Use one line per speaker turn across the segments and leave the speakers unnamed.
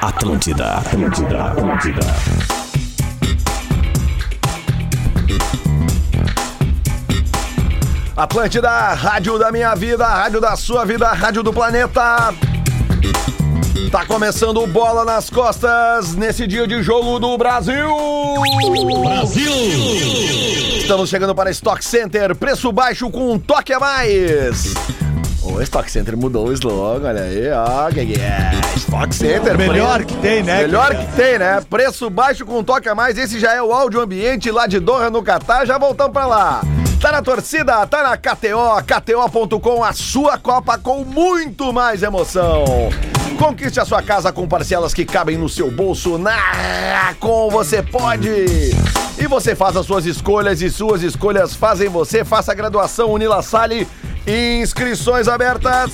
Atlântida, Atlântida, Atlântida.
Atlântida, rádio da minha vida, rádio da sua vida, rádio do planeta. Tá começando o Bola nas Costas nesse dia de jogo do Brasil.
Brasil!
Estamos chegando para Stock Center, preço baixo com um toque a mais. O Stock Center mudou o slogan, olha aí, ó, que que é? Stock Center,
Melhor
preço-
que tem, né?
Melhor que tem, né? Preço baixo com um toque a mais. Esse já é o áudio ambiente lá de Doha, no Catar. Já voltamos pra lá. Tá na torcida, tá na KTO, KTO.com, a sua Copa com muito mais emoção. Conquiste a sua casa com parcelas que cabem no seu bolso. Na com você pode. E você faz as suas escolhas e suas escolhas fazem você. Faça a graduação Unila Sale. Inscrições abertas.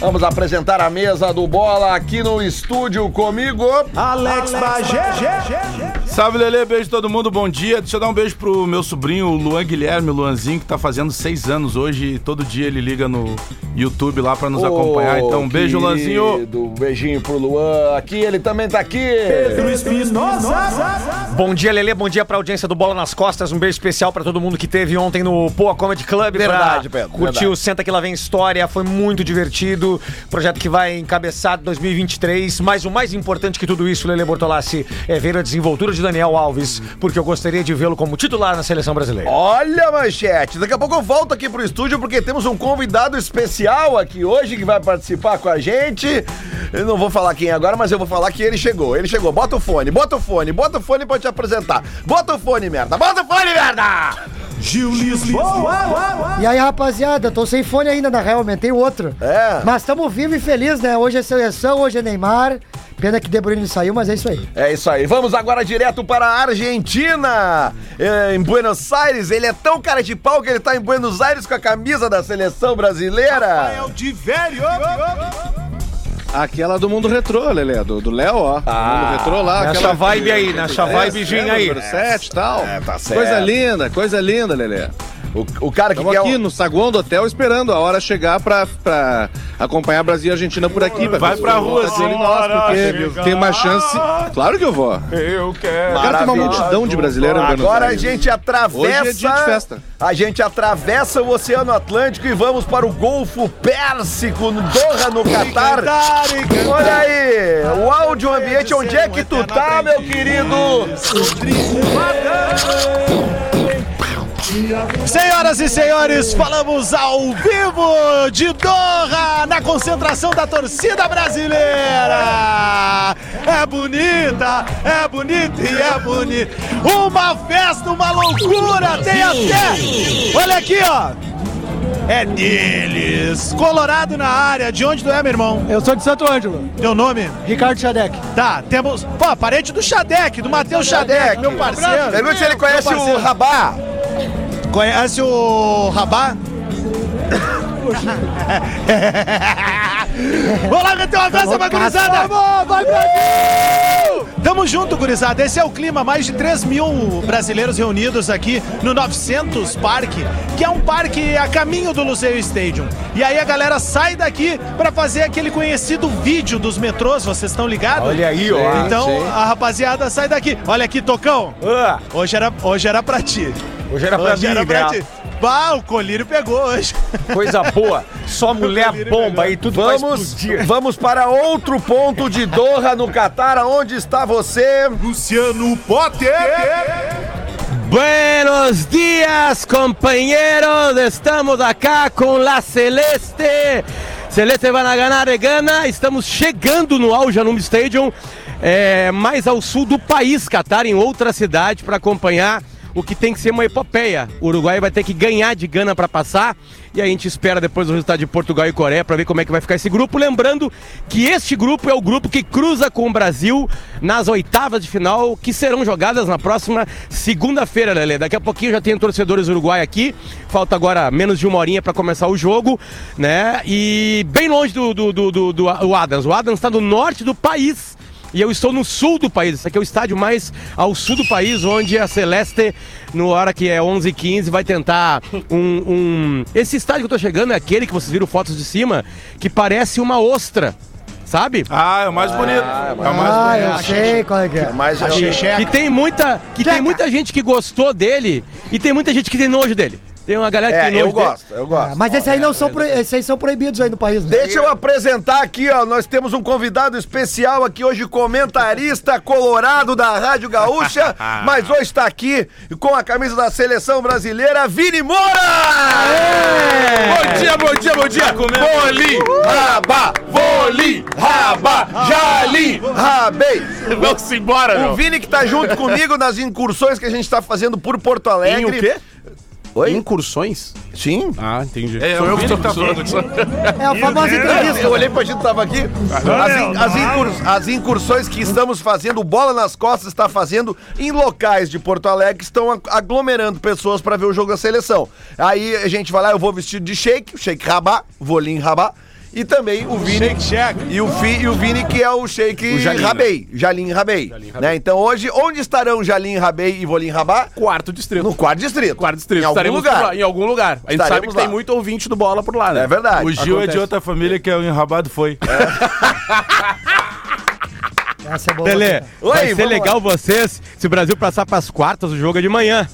Vamos apresentar a mesa do Bola aqui no estúdio comigo.
Alex Bagé.
Salve, Lelê, beijo todo mundo, bom dia. Deixa eu dar um beijo pro meu sobrinho, o Luan Guilherme, o Luanzinho, que tá fazendo seis anos hoje. e todo dia ele liga no YouTube lá pra nos acompanhar. Então,
Ô,
beijo, Luanzinho.
Oh, querido, Um Beijinho pro Luan. Aqui ele também tá aqui.
Espinosa.
Bom dia, Lelê. Bom dia pra audiência do Bola nas Costas. Um beijo especial pra todo mundo que teve ontem no Poa Comedy Club.
Verdade,
pra
Pedro,
Curtir
verdade.
o Senta Que Lá Vem História. Foi muito divertido. Projeto que vai encabeçar 2023. Mas o mais importante que tudo isso, Lelê Bortolassi, é ver a desenvoltura de Daniel Alves, porque eu gostaria de vê-lo como titular na seleção brasileira.
Olha, manchete. Daqui a pouco eu volto aqui pro estúdio porque temos um convidado especial aqui hoje que vai participar com a gente. Eu não vou falar quem é agora, mas eu vou falar que ele chegou. Ele chegou. Bota o fone, bota o fone, bota o fone pra te apresentar. Bota o fone, merda. Bota o fone, merda.
Gil Lisboa.
E aí, rapaziada, tô sem fone ainda, na real, aumentei outro.
É.
Mas estamos vivo e feliz, né? Hoje é seleção, hoje é Neymar. Pena que De Bruyne saiu, mas é isso aí.
É isso aí. Vamos agora direto para a Argentina. É, em Buenos Aires, ele é tão cara de pau que ele tá em Buenos Aires com a camisa da seleção brasileira.
de velho.
Aquela do mundo retrô, Lelê, do do Léo, ó.
Ah.
do mundo retrô lá.
Nessa
aquela
vibe aí, nessa vibezinha aí.
Número 7 e tal.
É, tá certo.
Coisa linda, coisa linda, Lelê.
O, o cara que
Estamos
quer
aqui
o-
no saguão do hotel esperando a hora chegar pra, pra acompanhar Brasil e Argentina por aqui.
Vai pra rua,
assim.
sim.
Nós, porque
Chega.
tem uma chance. Claro que eu vou.
Eu quero.
Cara, tem uma multidão de brasileiros em Buenos
é
Agora a
Aires.
gente atravessa.
Hoje é dia de festa.
A gente atravessa o Oceano Atlântico e vamos para o Golfo Pérsico, no Doha, no Catar. Olha aí, o áudio ambiente, onde é que tu tá, meu querido?
Senhoras e senhores, falamos ao vivo de Doha, na concentração da torcida brasileira. É bonita, é bonita e é bonita. Uma festa, uma loucura, tem até. Olha aqui, ó. É deles. Colorado na área. De onde tu é, meu irmão?
Eu sou de Santo Ângelo,
Teu nome?
Ricardo Xadec.
Tá, temos. Pô, parente do Xadec, do Matheus Xadec, meu parceiro.
Pergunta se ele
Meu
conhece o
parceiro.
Rabá.
Conhece o Rabá? Vamos lá meter uma festa pra gurizada! Vai Tamo junto, gurizada. Esse é o clima. Mais de 3 mil brasileiros reunidos aqui no 900 Parque, que é um parque a caminho do Luceio Stadium. E aí a galera sai daqui pra fazer aquele conhecido vídeo dos metrôs, vocês estão ligados?
Olha aí, ó.
Então a rapaziada sai daqui. Olha aqui, Tocão.
Ah,
Hoje era, hoje era pra ti.
hoje era pra
Hoje
mim,
era pra
né?
ti. Bah, o colírio pegou hoje.
Coisa boa. Só mulher bomba e tudo vai
Vamos,
explodir.
vamos para outro ponto de Doha, no Catar. Onde está você?
Luciano Potter.
Buenos días, compañeros. Estamos acá con la Celeste. Celeste vai na eh, Gana Aregana. Estamos chegando no Al Janoum Stadium, é, mais ao sul do país, Catar, em outra cidade, para acompanhar o que tem que ser uma epopeia. O Uruguai vai ter que ganhar de Gana para passar. E a gente espera depois o resultado de Portugal e Coreia para ver como é que vai ficar esse grupo. Lembrando que este grupo é o grupo que cruza com o Brasil nas oitavas de final, que serão jogadas na próxima segunda-feira, Lelê. Daqui a pouquinho já tem torcedores uruguai aqui. Falta agora menos de uma horinha para começar o jogo, né? E bem longe do, do, do, do, do do Adams. O Adams está no norte do país. E eu estou no sul do país. Esse aqui é o estádio mais ao sul do país, onde a Celeste, no hora que é 11 h 15 vai tentar um, um- Esse estádio que eu tô chegando é aquele que vocês viram fotos de cima, que parece uma ostra. sabe?
Ah, é o mais bonito. é o mais
Ah,
bonito.
eu sei qual é que é.
Mas eu-
Que tem muita, que tem muita gente que gostou dele e tem muita gente que tem nojo dele. Tem uma galera que
É,
tem nojo
eu
dele.
gosto, eu gosto.
Ah, Mas esses aí não são, pro- esses aí são proibidos aí no país, né?
Deixa eu apresentar aqui, ó. Nós temos um convidado especial aqui hoje, comentarista colorado da Rádio Gaúcha, mas hoje está aqui com a camisa da seleção brasileira, Vini Moura!
Bom dia, bom dia, bom dia. Bolinho.
Raba, voli, raba, jali, rabei.
Vamos embora,
O Vini que tá junto comigo nas incursões que a gente tá fazendo por Porto Alegre. Oi?
Incursões?
Sim.
Ah, entendi.
É, eu que tô falando.
É a
né?
famosa entrevista.
Eu olhei pra gente tava aqui. As, in- as incurs- as incursões que estamos fazendo, o Bola nas Costas está fazendo em locais de Porto Alegre que estão ag- aglomerando pessoas pra ver o jogo da seleção. Aí a gente vai lá, eu vou vestido de shake, shake rabá, volim rabá. E também o Vini.
Shake, shake.
E o, Fi- e o Vini, que é o Sheik
O Jalim, né?
Rabei. Jalim Rabei. Né? Então hoje, onde estarão Jalim Rabei e Volim Rabá?
Quarto distrito.
No quarto distrito.
Quarto distrito.
Em algum
Estaremos
lugar.
por lá, em algum lugar. A gente
Estaremos
sabe que
lá.
tem muito ouvinte do bola por lá, né?
É verdade.
O Gil é de
Acontece.
outra família que é o enrabado foi.
Essa é boa.
Belê,
Oi,
vai ser
vamos
legal vocês se o Brasil passar pras quartas, o jogo é de manhã.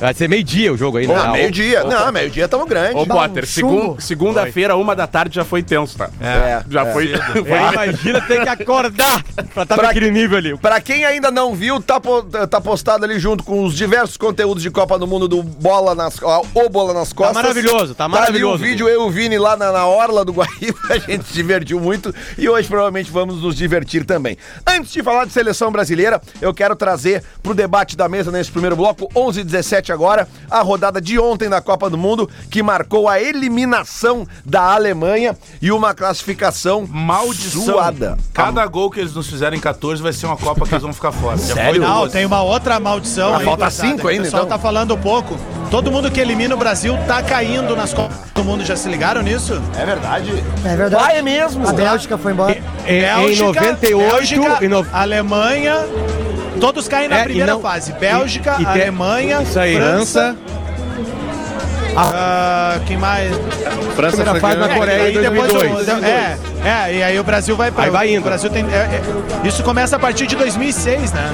Vai ser meio-dia o jogo aí, né?
Não, meio-dia. Não, meio-dia tamo grande.
Ô,
Dá um
Potter,
chumbo.
segun- segunda-feira, uma da tarde, já foi tenso, tá?
É,
Já foi.
Ah, Imagina ter que acordar pra estar
Pra-
naquele nível ali.
Pra quem ainda não viu, tá, po- tá postado ali junto com os diversos conteúdos de Copa do Mundo do Bola nas ó, O Bola nas Costas.
maravilhoso, tá maravilhoso,
ali o vídeo, eu e o Vini lá na, na Orla do Guaíba, a gente se divertiu muito e hoje provavelmente vamos nos divertir também. Antes de falar de seleção brasileira, eu quero trazer pro debate da mesa nesse primeiro bloco, 11 e 17 agora, a rodada de ontem da Copa do Mundo, que marcou a eliminação da Alemanha e uma classificação
Maldição.
suada.
Cada gol que eles nos fizerem em 14 vai ser uma Copa que eles vão ficar fora. Sério?
Não, tem uma outra maldição aí.
falta
gurizada,
cinco
que
ainda,
O pessoal
então.
tá falando pouco. Todo mundo que elimina o Brasil tá caindo nas Copas do Mundo. Já se ligaram nisso?
É verdade.
É verdade. Vai mesmo. A Bélgica foi embora.
É, em 98,
Bélgica,
em no-
Alemanha. Todos caem na
É, e
primeira
não-
fase. Bélgica,
e- e tem-
Alemanha,
Isso aí.
França. Ah, quem mais?
França
Primeira fase
ganhando.
na Coreia.
e aí
em
depois
2002.
o- é, é, e aí o Brasil vai pra.
Aí vai indo.
O Brasil tem, é, é, isso começa a partir de 2006, né?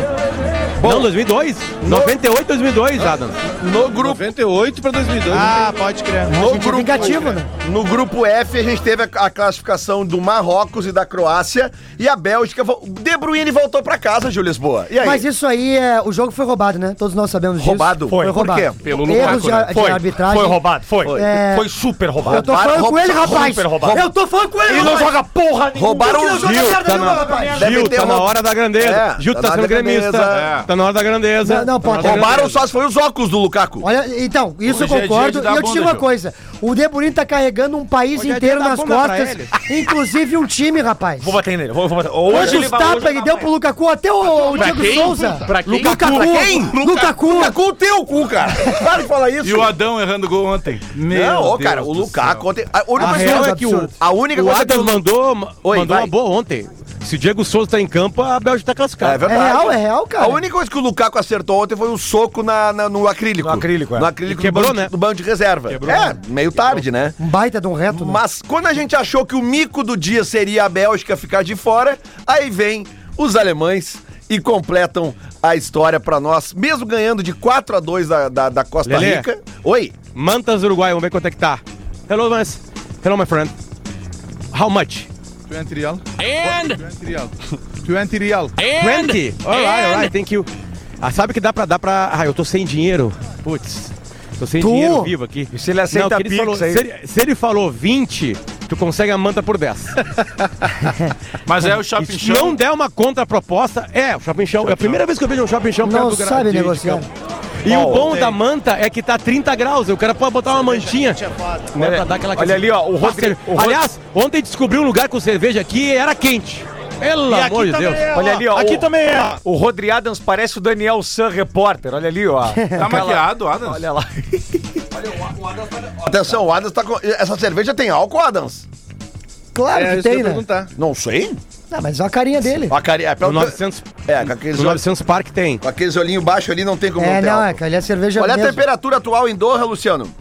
Não, 2002. 98, 2002, Adam.
No grupo
98 pra 2002.
Ah, pode crer.
No
Gente, é vingativo, né?
no grupo F, a gente teve a, a classificação do Marrocos e da Croácia. E a Bélgica. vo- De Bruyne voltou pra casa, Júlio Lisboa. E aí?
Mas isso aí, é, o jogo foi roubado, né? Todos nós sabemos disso.
Roubado?
Foi,
Por
roubado.
quê?
Pelo Lukaku,
Erros de,
né?
de
Foi,
arbitragem.
foi roubado, foi.
É.
Foi super
Eu
roubado.
tô falando
Roubaram-
com ele, rapaz.
Super roubado.
Eu tô falando com ele,
Ele não
rapaz.
joga porra nenhuma.
Roubaram o
Não joga
Gil.
merda
tá
nenhuma,
na-
rapaz.
Deve
Gil,
ter
tá na
roubado.
hora da grandeza.
um- É,
Gil
tá
tá,
na
sendo gremista.
grandeza. É.
Tá na hora da grandeza.
Não, não,
Tá na hora
Potter.
da
Roubaram
grandeza.
só se foi os óculos do Lukaku.
Olha, então,
Hoje
isso eu
é dia
concordo.
de dar
e eu te
bunda,
digo uma
Gil.
coisa: o De Bruyne tá carregando um país
Hoje é
inteiro
dia da
nas
bunda pra
costas, inclusive um time, rapaz.
Vou bater nele. Vou, vou bater.
Hoje
Hoje
os tapas ele deu pro Lukaku, até o, o Diego Souza.
Pra quem?
Lukaku. Lukaku. É
Lukaku, o teu cu, cara. Para de falar isso.
E o Adão errando gol ontem. Meu
Não, ô,
Deus
cara, o
do
Lukaku
céu.
ontem. A única
A
coisa-
real é que o,
a única
o
coisa que
Adam mandou,
Oi,
mandou
vai.
uma boa ontem. Se o Diego Souza tá em campo, a Bélgica tá classificada.
É
É
verdade.
real, é real, cara.
A única coisa que o Lukaku acertou ontem foi um soco na, na- no acrílico.
No acrílico, é.
No acrílico
E quebrou,
do banco,
né?
do banco de reserva. é, meio tarde, né?
Um baita de um reto. né?
Mas quando a gente achou que o mico do dia seria a Bélgica ficar de fora, aí vem os alemães e completam a história pra nós, mesmo ganhando de 4 a 2 da, da, da Costa
Lelê.
Rica. Oi,
Mantas Uruguai, vamos ver quanto é que tá. Hello, my, hello, my friend. How much?
20 real. And 20 real. 20 real.
É. 20? Alright, alright, thank you. Ah, sabe que dá pra dar pra. Ah, eu tô sem dinheiro. Putz, tô sem dinheiro vivo aqui.
E se ele aceita
que
Pix
falou,
aí?
se, ele, se ele falou 20, tu consegue a manta por 10.
Mas é o
E
Shopping
se
Show.
não der uma contraproposta, é, o shopping chão. É a primeira vez que eu vejo um shopping chão
Não
perto do gra-
sabe
de- de
negociar.
campo. E o bom da manta é que tá 30 graus, o cara pode botar uma mantinha.
é
Né, pra dar aquela
olha ali, ó, o Rodrigo-
Rodrigo.
o Rodrigo-
Aliás, ontem descobri um lugar com cerveja aqui e era quente. Pelo
E
amor de
também
Deus.
é,
Olha ali, ó,
Aqui
o-
também é.
O Rodri Adams parece o Daniel San repórter. Olha ali, ó.
é
Tá maquiado, Adam?
Olha lá.
atenção, o Adams tá com. Essa cerveja tem álcool, Adams?
Claro
É,
que
isso que eu
tem,
ia
né?
perguntar.
Não sei.
Não, mas olha a carinha dele.
A cari... é,
No
pelo...
900,
é, com aqueles,
no
olhos-
900 Park tem.
com aqueles olhinhos baixos ali não tem como
É,
ter
não, é,
álcool.
cara, ele é cerveja
Olha a
mesmo.
temperatura atual em Doha, Luciano.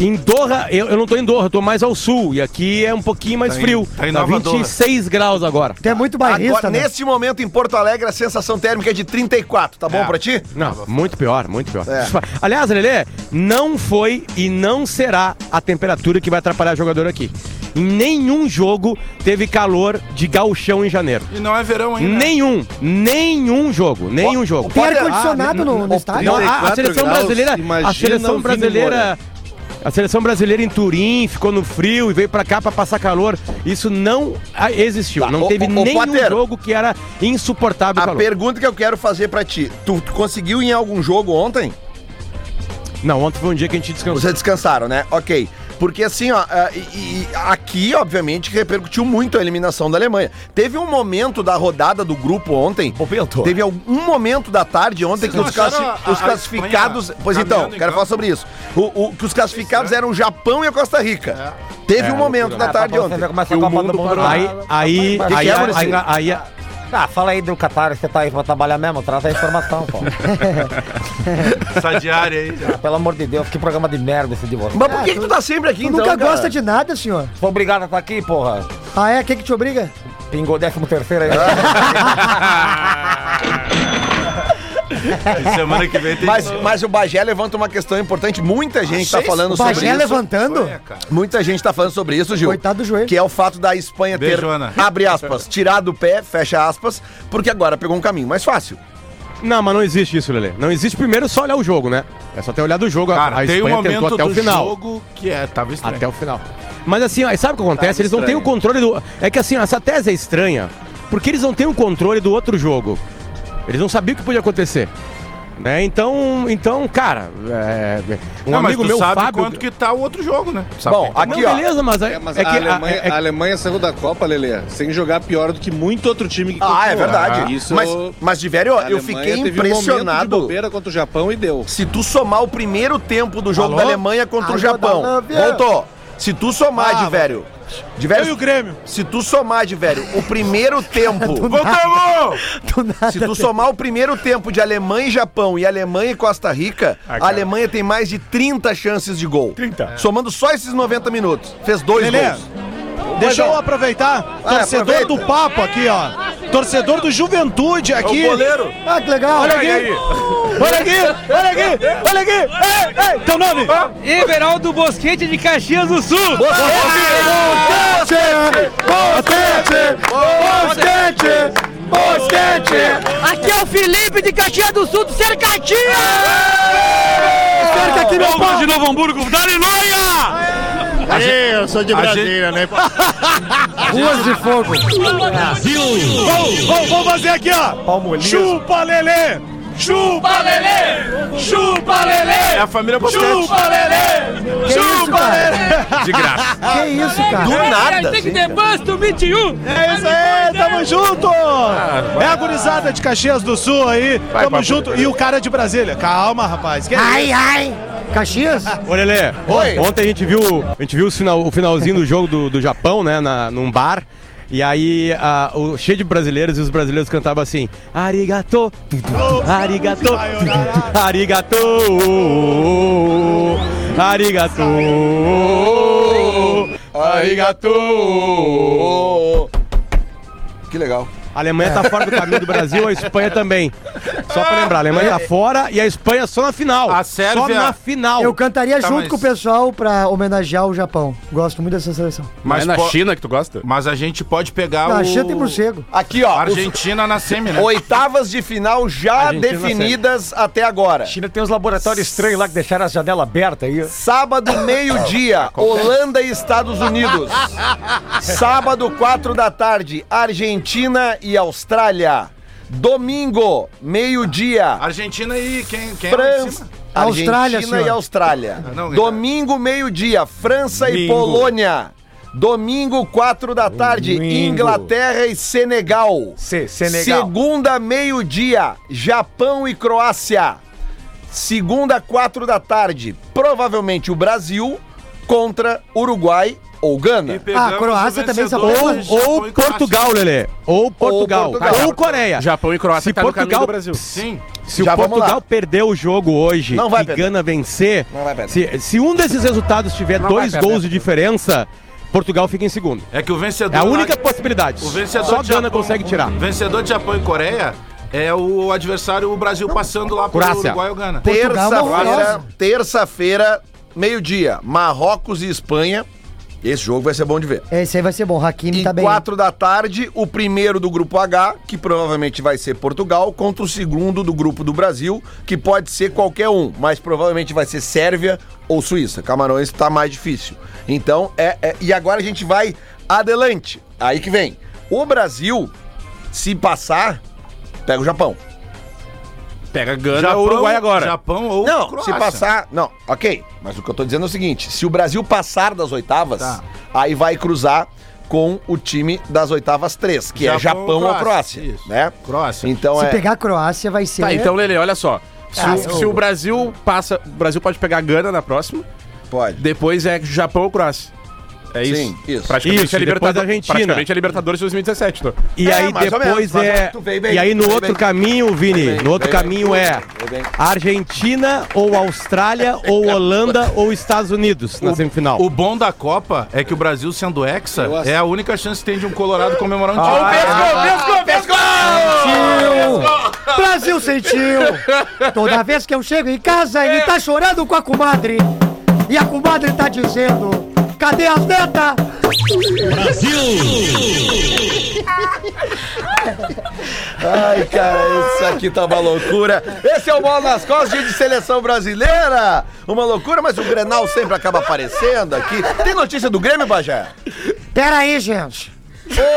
Em Doha, eu, eu não tô em Doha, eu tô mais ao sul. E aqui é um pouquinho mais
Tá em-
frio.
tá em
tá
Nova Doha.
26 graus agora.
Tu é muito
Agora,
bairrista, né?
nesse momento em Porto Alegre, a sensação térmica é de 34, tá bom
É.
pra ti?
Não, muito pior, muito pior.
É.
Aliás, Lelê, não foi e não será a temperatura que vai atrapalhar jogador aqui. Em nenhum jogo teve calor de gauchão em janeiro.
E não é verão ainda.
Nenhum, nenhum jogo, nenhum jogo.
Tem ar-condicionado
Ah,
no, no estádio?
Não, a, a
34
seleção
graus,
brasileira,
imagina
a
o
seleção
Vini
brasileira,
Moura.
a seleção brasileira em Turim ficou no frio e veio pra cá pra passar calor. Isso não ah, existiu.
Tá,
Não
ô,
teve
ô, ô,
nenhum
Potter.
jogo que era insuportável o
A
calor.
pergunta que eu quero fazer pra ti: tu, tu conseguiu ir em algum jogo ontem?
Não, ontem foi um dia que a gente descansou.
Vocês descansaram, né? Ok. Porque assim, ó, ah, e- e aqui, obviamente, repercutiu muito a eliminação da Alemanha. Teve um momento da rodada do grupo ontem. Teve algum momento da tarde ontem que
não
os, classi-
acharam a-
os
a
classificados.
Espanha
Pois então,
caminhando em
quero falar
campo? É
sobre isso. O, o- que os classificados eram o Japão e a Costa Rica. Teve um momento
Tá,
Ah, tá
da tarde ontem.
começar a Copa do Mundo.
Aí, aí,
Que
que
aí,
é,
aí,
Muricy?
aí- aí-
Ah, fala aí do Qatar, você tá aí pra trabalhar mesmo, traz a informação, pô.
Essa diária aí. já.
Pelo amor de Deus, que programa de merda esse de vocês.
Mas por
É,
que, que tu tá sempre aqui,
Tu
então?
nunca
cara?
gosta de nada, senhor.
Foi obrigado a estar aqui, porra.
Ah, é? Quem que te obriga?
Pingou 13 terceiro aí.
Ah, Semana que vem tem
Mas,
de novo.
mas o Bagé levanta uma questão importante. Muita gente
Ah,
tá falando
O
sobre
Bagé
isso.
levantando?
Muita gente tá falando sobre isso, Gil.
Coitado do joelho.
Que é o fato da Espanha ter,
Beijo, Ana.
abre aspas, tirar do pé, fecha aspas, porque agora pegou um caminho mais fácil.
Não, mas não existe isso, Lelê. Não existe primeiro só olhar o jogo, né? É só ter olhado o jogo. a-
Cara,
a
tem um
Espanha tentou
momento
até
do
o final.
jogo Tá que é, tava estranho.
Até um o final. Mas assim, ó, sabe o que acontece? eles não têm o controle do. É que assim, ó, essa tese é estranha, porque eles não têm o controle do outro jogo. Eles não sabiam o que podia acontecer. Né? Então, então, cara, é... um
não, mas
amigo
tu
meu,
sabe
Fábio.
quanto que tá o outro jogo, né? Sabe
Bom,
Não,
aqui, ó.
beleza, mas, é,
É, mas
é
a,
que
Alemanha,
é- é-
a Alemanha saiu da Copa, Lelê, sem jogar pior do que muito outro time que
Ah, é
continuou.
verdade.
Isso,
Mas, mas de velho, ó,
a
eu
Alemanha
fiquei
teve um momento de
impressionado.
bobeira contra o Japão e deu.
Se tu somar o primeiro tempo do jogo
Alô?
da Alemanha contra o
Alô,
Japão.
Danúbio?
Voltou. Se tu
Ah,
somar, de velho. De
Eu e o
velho,
Grêmio.
se tu somar, de velho, o primeiro tempo.
Voltamos!
Do nada.
Se tu somar o primeiro tempo de Alemanha e Japão e Alemanha e Costa Rica, a Alemanha tem mais de 30 chances de gol. 30. Somando só esses 90 minutos. Fez dois
Lelê,
gols.
Deixa eu aproveitar.
Ah,
Torcedor
aproveita.
do Papo aqui, ó. Torcedor do Juventude aqui.
Ah, que legal.
Olha aqui. Olha aqui. Olha aqui. Olha aqui. Ei, ei, teu nome.
Everaldo Bosquete de Caxias do Sul. Aqui é o Felipe de Caxias do Sul do Cercatinho.
Cerca aqui, meu pau.
de Novo Hamburgo, Dali Noia!
Eu sou de
Brasília,
né?
Ruas de fogo.
Vamos, vamos, vamos fazer aqui, ó.
Palmo liso.
Chupa, Lelê. Chupa, Lelê. Chupa, Lelê.
É a família Bosquete.
Chupa, Lelê.
Que isso,
Chupa,
cara?
Lelê.
De graça.
Que isso, cara?
Do nada.
Tem que
assim.
ter busto 21.
É isso aí, tamo junto! É a gurizada de Caxias do Sul aí, tamo junto. E o cara é de Brasília. Calma, rapaz. Que é
Ai, ai. Caxias?
Ô, Lelê,
Oi.
ontem a gente viu, a gente viu o, final- o finalzinho do jogo do, do Japão, né, na, num bar. E aí, a- o, cheio de brasileiros, e os brasileiros cantavam assim: Arigato, tu, tu, tu, arigato, tu, tu, tu, arigato, arigato, arigato.
Que legal.
A Alemanha tá fora do caminho do Brasil, a Espanha também. Só pra lembrar, a Alemanha tá fora e a Espanha só na final.
A Sérvia-
Só na final.
Eu cantaria
Tá,
junto
mas-
com o pessoal pra homenagear o Japão. Gosto muito dessa seleção.
Mas é
Mas,
na
po-
China que tu gosta?
mas a gente pode pegar
Ah,
Na
o...
China tem morcego.
Aqui, ó. os-
Argentina na semi, né?
Oitavas de final já definidas até agora.
China tem uns laboratórios estranhos lá que deixaram a janela aberta aí.
Sábado, meio-dia, Holanda e Estados Unidos. Sábado, quatro da tarde, Argentina e Austrália. Domingo, meio-dia,
Argentina e quem, quem é lá em
França.
cima?
Ah,
Austrália,
Argentina e
senhor.
Austrália.
não, não.
Domingo, meio-dia, França e Polônia. Domingo, quatro da tarde,
Domingo.
Inglaterra e Senegal.
Se- Senegal.
Segunda, meio-dia, Japão e Croácia. Segunda, quatro da tarde, provavelmente o Brasil contra Uruguai ou Gana.
Ah, Croácia também são
Ou, ou Portugal, Lelê. Ou Portugal. Ou,
Portugal.
Coreia.
Japão e Croácia
Se
tá no caminho do
Portugal-
Brasil.
Sim.
Se
Já
o
vamos
Portugal
lá.
perder o jogo hoje
Não vai
e
perder.
Gana vencer,
Não vai perder.
se, se um desses resultados tiver
Não
dois
vai perder.
gols de diferença, Portugal fica em segundo.
É que o vencedor.
É a única
lá-
possibilidade.
O vencedor
Só
de
Gana
Japão-
consegue tirar.
o vencedor de Japão e Coreia é o adversário, o Brasil passando lá pro
Croácia.
Uruguai ou Gana.
Portugal é uma
Terça-feira,
horrorosa.
terça-feira, meio-dia, Marrocos e Espanha. Esse jogo vai ser bom de ver.
Esse aí vai ser bom. Hakimi
E
tá bem.
quatro da tarde, o primeiro do grupo H, que provavelmente vai ser Portugal, contra o segundo do grupo do Brasil, que pode ser qualquer um, mas provavelmente vai ser Sérvia ou Suíça. Camarões tá mais difícil. Então, é, é- e agora a gente vai adelante. Aí que vem. O Brasil, se passar, pega o Japão.
Pega Gana ou Uruguai agora.
Japão ou
Não,
Croácia.
se passar. Não, ok. Mas o que eu tô dizendo é o seguinte: se o Brasil passar das oitavas, aí vai cruzar com o time das oitavas três, que é
Japão ou
Japão ou Croácia.
Croácia, isso.
Né?
Croácia.
Então
Se
é.
pegar a Croácia, vai ser.
Tá,
É.
então, Lele, olha só. Se,
Ah,
o-
eu-
se o Brasil passa. O Brasil pode pegar Gana na próxima.
Pode.
Depois é Japão ou Croácia. É isso?
Sim, isso.
Praticamente
Isso,
é
e depois
Libertadores.
da Argentina.
Praticamente é Libertadores 2017, tô.
E
É,
aí
mais ou menos,
depois
mais ou
é.
menos. Tu veio bem,
e aí no
veio
outro
bem.
caminho, Vini,
Veio bem,
no outro
veio
caminho
bem.
é
Veio bem.
Argentina ou Austrália ou Holanda ou Estados Unidos na semifinal.
O bom da Copa é que o Brasil sendo hexa é a única chance que tem de um colorado comemorar um título.
Sentiu! Brasil sentiu! Toda vez que eu chego em casa, ele tá chorando com a comadre. E a comadre tá dizendo: cadê as netas?
Ai, cara, isso aqui tá uma loucura. Esse é o Bola nas Costas, dia de seleção brasileira. Uma loucura, mas o Grenal sempre acaba aparecendo aqui. Tem notícia do Grêmio, Bajé?
Pera aí, gente.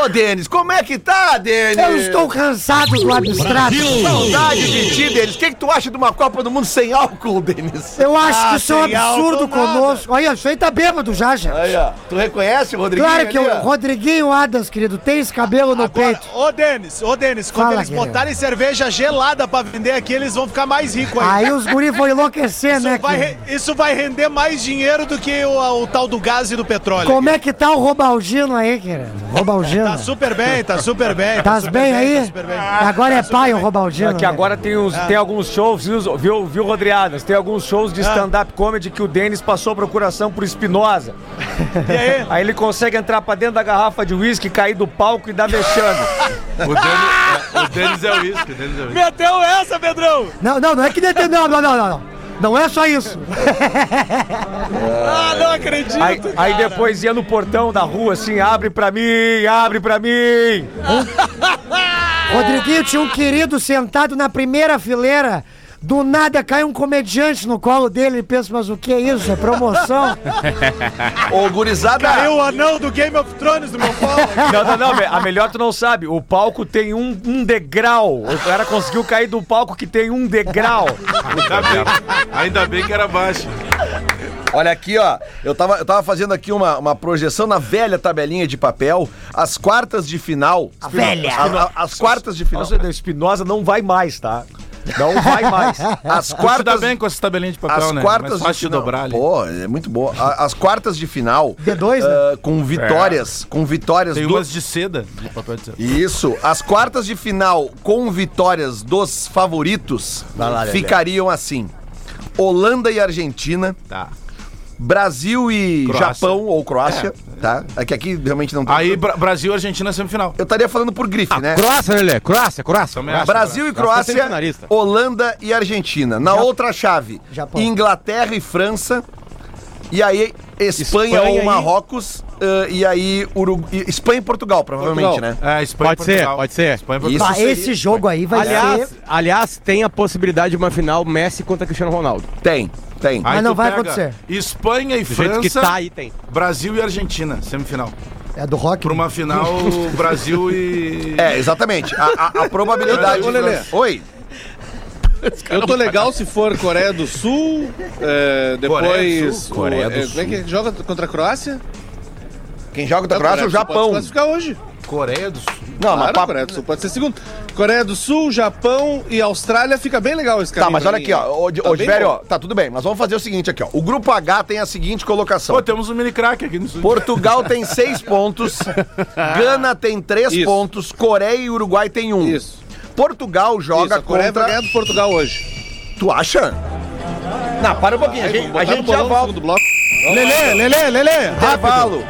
Ô, Denis, como é que tá, Denis?
Eu estou cansado do abstrato.
Saudade de ti, Denis. O que, que tu acha de uma Copa do Mundo sem álcool, Denis?
Eu acho
Ah,
que isso é um
sem álcool,
absurdo
nada.
conosco. Olha, isso aí tá bêbado já, gente.
Aí, ó. Tu reconhece o Rodriguinho?
Claro que
ali,
o
ó?
Rodriguinho Adams, querido, tem esse cabelo no
Agora,
peito.
ô Denis, ô Denis, quando
Fala,
eles
Guilherme.
botarem cerveja gelada pra vender aqui, eles vão ficar mais ricos aí.
Aí os guri vão enlouquecer, né?
Isso vai,
querido?
re- isso vai render mais dinheiro do que o, o tal do gás e do petróleo.
Como é que tá o Robalgino aí, querido? Robalgino.
Tá super bem, tá super bem.
Tá
super
bem aí?
Tá super bem.
Agora é pai o Robaldino.
Que
né?
agora tem, uns, tem alguns shows, viu, viu, viu Rodriadas? Tem alguns shows de stand-up comedy que o Denis passou procuração por Espinosa.
E aí?
Aí ele consegue entrar pra dentro da garrafa de uísque, cair do palco e dar vexame.
O Denis, é, o Denis é o isco, o Denis é o isco.
Meteu essa, Pedrão!
Não, não, não é que detém. Não, não, não, não. não. Não é só isso.
Ah, não acredito!
Aí, aí depois ia no portão da rua assim, abre pra mim, abre pra mim.
Rodriguinho tinha um querido sentado na primeira fileira. Do nada cai um comediante no colo dele. Ele pensa, mas o que é isso? É promoção?
Ô, gurizada.
Caiu o anão do Game of Thrones no meu colo.
Não, não, não, me- a melhor tu não sabe. O palco tem um, um degrau. O cara conseguiu cair do palco que tem um degrau.
Ainda bem, ainda bem que era baixo.
Olha aqui, ó. Eu tava, eu tava fazendo aqui uma, uma projeção na velha tabelinha de papel. As quartas de final. A velha. as quartas de final.
Nossa,
é.
o Espinosa não vai mais, tá? Não vai mais.
As
Quarta
quartas.
bem com essa tabelinha de papel,
As
né?
quartas
Mais fácil de
final.
dobrar ali.
Pô, é muito boa. A- As quartas de final.
D2,
ah, Com vitórias. Com vitórias
É. Tem
do-
umas de seda, de papel de seda.
Isso. As quartas de final com vitórias dos favoritos ficariam assim: Holanda e Argentina.
Tá.
Brasil e
Croácia.
Japão ou Croácia, tá? É que aqui realmente não tem.
Aí, Bra- Brasil e Argentina semifinal.
eu estaria falando por grife, né?
Croácia, Lelê. Croácia, Croácia.
Também acho.
Brasil e
Croácia é
Croácia,
semifinalista.
Holanda e Argentina. Na outra chave,
Japão.
Inglaterra e França. E aí, Espanha,
Espanha
ou
e-
Marrocos. ah, e aí, Urugu... e- Espanha e Portugal, provavelmente,
Portugal.
né?
É, Espanha e
Pode ser,
Portugal.
pode ser.
Espanha e
Isso
Portugal.
Bah,
seria-
esse jogo aí vai
Aliás,
ser.
aliás, tem a possibilidade de uma final Messi contra Cristiano Ronaldo.
Tem, tem.
Aí
Mas não
tu
vai
pega
acontecer.
Espanha e
Do jeito que
França,
tá aí, tem.
Brasil e Argentina, semifinal.
É do rock.
Pra uma final, Brasil e...
É, exatamente. A, a- a probabilidade.
Ô, Lelê.
Oi.
Eu tô legal se for Coreia do Sul, é,
Coreia do
depois.
Sul,
o-
Coreia do
é, Como é que joga contra a Croácia?
Quem joga da Croácia é o
Coreia do Sul pode se
Japão. Ah,
classificar hoje.
Coreia do Sul.
Não, mas Coreia do Sul pode ser segundo. Coreia do Sul, Japão e Austrália fica bem legal esse
Tá,
caminho.
mas
pra
olha
mim,
aqui, ó. Ô,
Tá
ô,
bem
Diverio,
bom.
ó, tá tudo bem, mas vamos fazer o seguinte aqui, ó. O grupo H tem a seguinte colocação.
Pô, temos um mini crack aqui no Sul.
Portugal tem seis pontos, Gana tem três
Isso.
pontos, Coreia e Uruguai tem um.
Isso.
Portugal
Isso,
joga
a Coreia vai
contra.
ganhar do Portugal hoje.
Tu acha? Não, para um pouquinho. A gente, a gente já volta.
do bloco.
Lele, Lele, Lele,
Intervalo.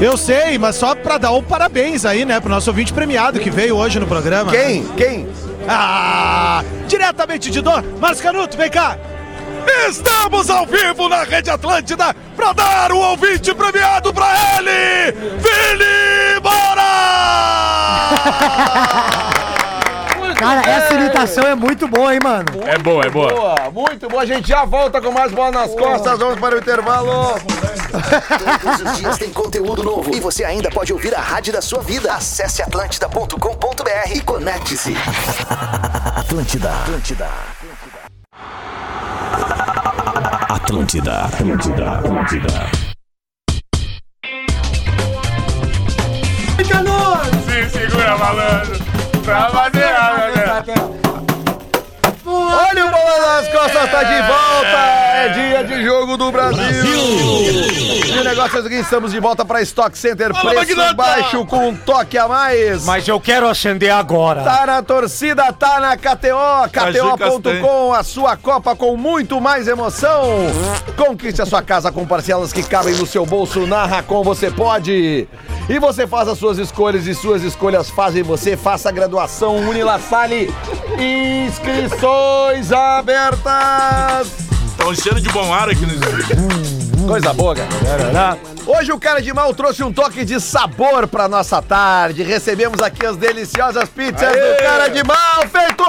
eu sei, mas só pra dar o parabéns aí, né, pro nosso ouvinte premiado que veio hoje no programa.
Quem? Quem?
Ah, diretamente de Dor, Márcio Canuto, vem cá. Estamos ao vivo na Rede Atlântida pra dar o ouvinte premiado pra ele, Vini
Cara, essa imitação é muito boa, hein, mano?
É boa, é boa.
Boa, muito boa. A gente já volta com mais bola nas costas. Vamos para o intervalo.
Todos os dias tem conteúdo novo e você ainda pode ouvir a rádio da sua vida. Acesse atlântida.com.br e conecte-se. Atlântida. Atlântida.
Atlântida, Atlântida, Atlântida.
Olha o bola nas costas, tá de volta. É dia de jogo do Brasil. E o negócio é o seguinte: estamos de volta para Stock Center. Preço baixo com um toque a mais.
Mas eu quero acender agora.
Tá na torcida, tá na KTO, KTO.com, a sua Copa com muito mais emoção. Conquiste a sua casa com parcelas que cabem no seu bolso. Na Racon você pode. E você faz as suas escolhas e suas escolhas fazem você. Faça a graduação Unila Sale. Inscrições abertas.
Tá um cheiro de bom ar aqui no estúdio.
Coisa boa, cara. Hoje o cara de mal trouxe um toque de sabor pra nossa tarde. Recebemos aqui as deliciosas pizzas do cara de mal feito!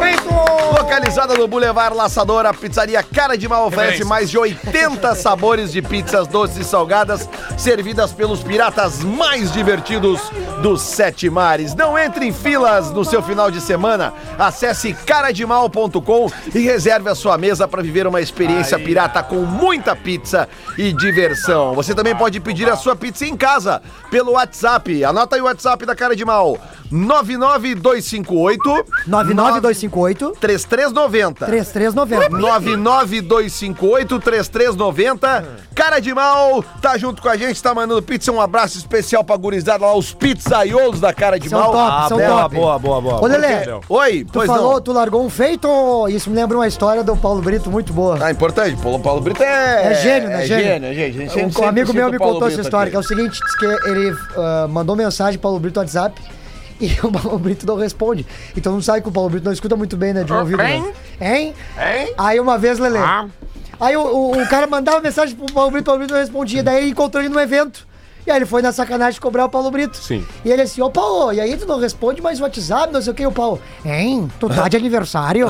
Feito! Localizada no Boulevard Laçador, a pizzaria Cara de Mal oferece mais de 80 sabores de pizzas doces e salgadas, servidas pelos piratas mais divertidos dos sete mares. Não entre em filas no seu final de semana. Acesse carademal.com e reserve a sua mesa para viver uma experiência pirata com muita pizza e diversão. Você também pode pedir a sua pizza em casa pelo WhatsApp. Anota aí o WhatsApp da Cara de Mal. 99258
99258
3390
3390.
99258-3390. Cara de mal, tá junto com a gente, tá mandando pizza. Um abraço especial pra gurizada lá, os pizzaiolos da cara de
São
mal.
top, são
bela, Ah,
top.
boa,
boa, boa.
Ô, Lelê,
Oi,
tu
pois
falou,
não.
tu largou um feito? Isso me lembra uma história do Paulo Brito muito boa.
Ah, importante, Paulo Paulo Brito é...
É gênio, né?
é
Gênio.
gênio, é gênio. A gente sempre-
um
sempre
amigo
cita
meu
o
me
Paulo
contou essa
Brito
história, que é o
aqui.
seguinte, diz que ele ah, mandou mensagem para o Brito no WhatsApp e o Paulo Brito não responde. Então não sabe que o Paulo Brito não escuta muito bem, né, de um ouvido. Hein? Hein? hein? Aí uma vez, Lelê. Aí o, o- o cara mandava mensagem pro Paulo Brito, o Paulo Brito não respondia. Daí ele encontrou ele num evento. E aí ele foi na sacanagem cobrar o Paulo Brito.
Sim.
E ele assim, ô Paulo, e aí tu não responde mais o WhatsApp, não sei o que, o Paulo. Hein? Tu tá de aniversário?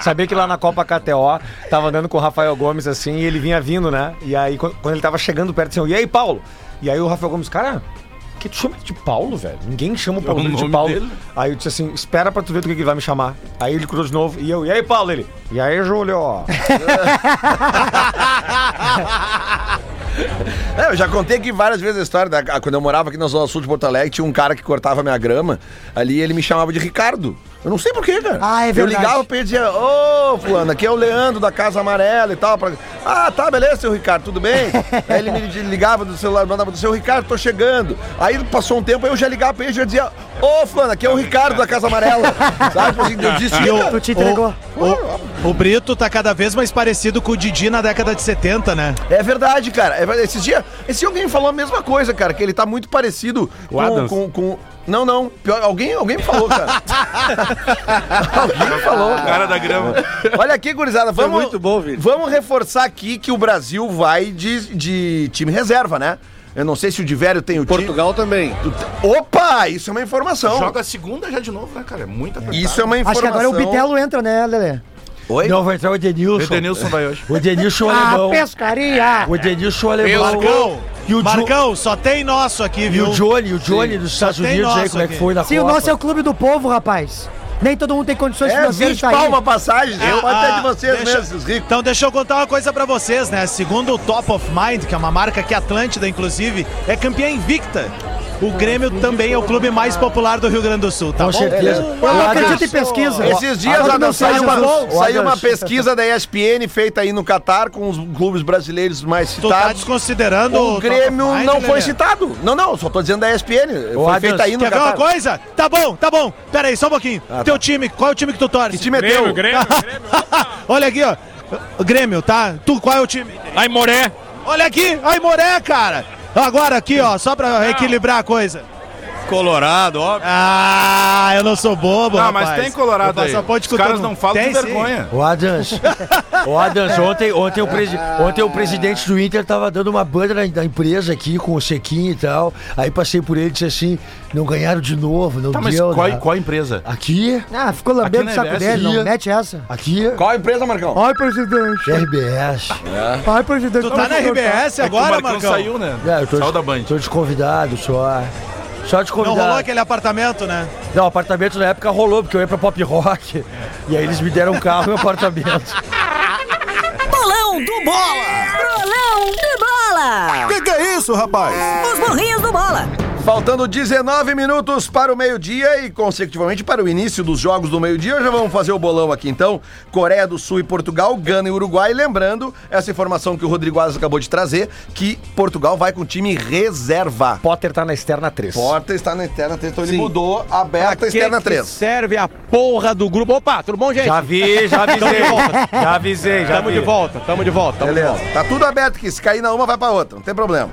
Sabia que lá na Copa KTO tava andando com o Rafael Gomes assim e ele vinha vindo, né? E aí qu- quando ele tava chegando perto, assim, e aí, Paulo? E aí o Rafael Gomes, cara, que tu chama ele de Paulo, velho? Ninguém chama o Paulo
o
Brito de
nome
Paulo.
dele.
Aí eu disse assim, espera pra tu ver do que que ele vai me chamar. Aí ele cruzou de novo e eu, e aí, Paulo? Ele, e aí, Júlio?
É, eu já contei aqui várias vezes a história. Da, ah, quando eu morava aqui na Zona Sul de Porto Alegre, tinha um cara que cortava minha grama ali e ele me chamava de Ricardo. Eu não sei porquê, cara.
Ah, é verdade.
Eu ligava pra ele e dizia, ô, fulano, aqui é o Leandro da Casa Amarela e tal. pra- Ah, tá, beleza, seu Ricardo, tudo bem? aí ele me ligava do celular, mandava do seu Ricardo, tô chegando. Aí passou um tempo, aí eu já ligava pra ele e já dizia, ô, fulano, aqui é o Ricardo da Casa Amarela. Sabe, tipo assim, eu disse,
tu te entregou.
O, o Brito tá cada vez mais parecido com o Didi na década de 70, né?
É verdade, cara. É verdade. Esses dias, esse alguém falou a mesma coisa, cara, que ele tá muito parecido com,
Adams?
com, com- Não, não. Pior, alguém, alguém me falou, cara. alguém me falou, cara.
Cara da grama.
Olha aqui, gurizada, vamos,
muito bom, Vini.
vamos reforçar aqui que o Brasil vai de, de time reserva, né? Eu não sei se o Divério tem o
Portugal também.
time. Opa, isso é uma informação.
Joga a segunda já de novo, né, cara? É muito apertado.
Isso é uma
Acho que
informação.
agora o Bitelo entra, né, Lelê?
Oi?
vai entrar o Edenilson.
Edenilson vai hoje.
O Edenilson é
Ah, pescaria!
O Edenilson é alemão.
Marcão,
E o
Marcão, só tem nosso aqui,
E
viu?
o Johnny, o Johnny dos Estados
Só tem
Unidos aí,
nosso
como é que
aqui.
foi na
Sim, o
Copa?
nosso é o clube do povo, rapaz. Nem todo mundo tem condições
É, 20 pau uma passagem, Ah, pode
Ah,
ser de vocês mesmos, ricos.
Então Ah, deixa eu contar uma coisa pra vocês, né? Segundo o Top of Mind, que é uma marca que Atlântida, inclusive, é campeã invicta. O Grêmio também é o clube mais popular do Rio Grande do Sul, tá
Com
bom?
certeza.
Um
Eu
abraço.
acredito em pesquisa.
Esses dias
Agora
Adam,
não
saiu,
seja
uma,
bom.
saiu uma
Adam.
pesquisa da ESPN feita aí no Catar com os clubes brasileiros mais
Tu tá
citados.
desconsiderando
O
Top of
Grêmio
Mind, né,
não foi
Lelê?
citado. Não, não, só tô dizendo da ESPN.
Ô,
Foi
Adams,
feita aí no
Quer ver uma
Catar.
coisa? Tá bom, tá bom. Pera aí, só um pouquinho. Teu time, qual é o time que tu torce?
Te meteu.
Olha aqui, ó. O Grêmio, tá? Tu, qual é o time? Aimoré. Olha aqui, Aimoré, cara. Agora aqui, ó, só pra equilibrar a coisa.
Colorado, óbvio.
Ah, eu não sou bobo,
Não,
rapaz.
mas tem Colorado
Meu
aí.
passaporte
Os
que eu tô
caras
um
no-
não falam
Tem
de
sim.
vergonha.
O Adams. O Adams, ontem, ontem, o presi- ontem o presidente do Inter tava dando uma banda na, na empresa aqui com o Sequinho e tal. Aí passei por ele e disse assim: não ganharam de novo, não
Tá, mas
deu.
qual,
né?
qual empresa?
Aqui,
Ah, ficou
Aqui
lambendo
na
o saco
RBS,
dele, não
ia.
mete essa.
aqui,
Qual a empresa, Marcão?
Ai, presidente.
RBS.
Ai, presidente.
Tu tá na RBS
É que
agora,
o Marcão,
Marcão?
saiu, né?
É, eu tô,
Saiu da Band.
Tô desconvidado só. Só
Não
desconvidado.
rolou aquele apartamento, né?
Não, apartamento na época rolou, porque eu ia pra pop rock. E aí eles me deram um carro e um apartamento.
Bolão do Bola! Bolão do Bola!
Que que é isso, rapaz?
Os burrinhos do Bola!
Faltando 19 minutos para o meio-dia e, consecutivamente, para o início dos jogos do meio-dia. Já vamos fazer o bolão aqui, então. Coreia do Sul e Portugal, Gana e Uruguai. Lembrando, essa informação que o Rodrigo Asas acabou de trazer, que Portugal vai com time reserva.
Potter tá na externa 3.
Porta está na interna 3, então ele
Sim.
mudou, aberta, externa
que
3.
serve a porra do grupo. Opa, tudo bom, gente?
Já vi, já avisei. já avisei, já
Tamo
vi.
de volta, tamo de volta. Tamo de
Beleza.
volta.
Tá tudo aberto aqui. Se cair na uma, vai pra outra. Não tem problema.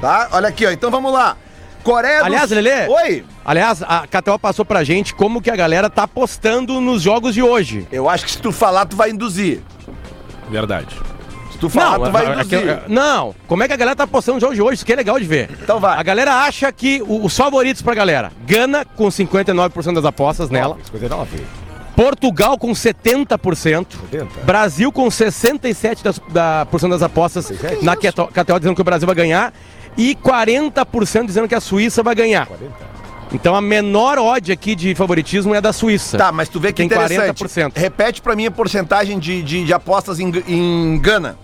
Tá? Olha aqui, ó. Então vamos lá. Coreia do
Aliás,
Sul-
Lelê.
Oi.
Aliás, a KTO passou pra gente como que a galera tá apostando nos jogos de hoje.
Eu acho que se tu falar, tu vai induzir.
Verdade.
Se tu falar, tu vai
é que-
induzir.
não, como é que a galera tá apostando nos jogos de hoje? Isso que é legal de ver.
Então vai.
A galera acha que o- os favoritos pra galera: Gana com 59% das apostas nela,
59.
Portugal com 70%, Brasil com 67% das, da- por cento das apostas
é,
na KTO, KTO dizendo que o Brasil vai ganhar e 40% dizendo que a Suíça vai ganhar. Então a menor odd aqui de favoritismo é da Suíça.
Tá, mas tu vê que
Tem
interessante.
40%.
Repete pra mim a porcentagem de, de, de apostas em, em Gana.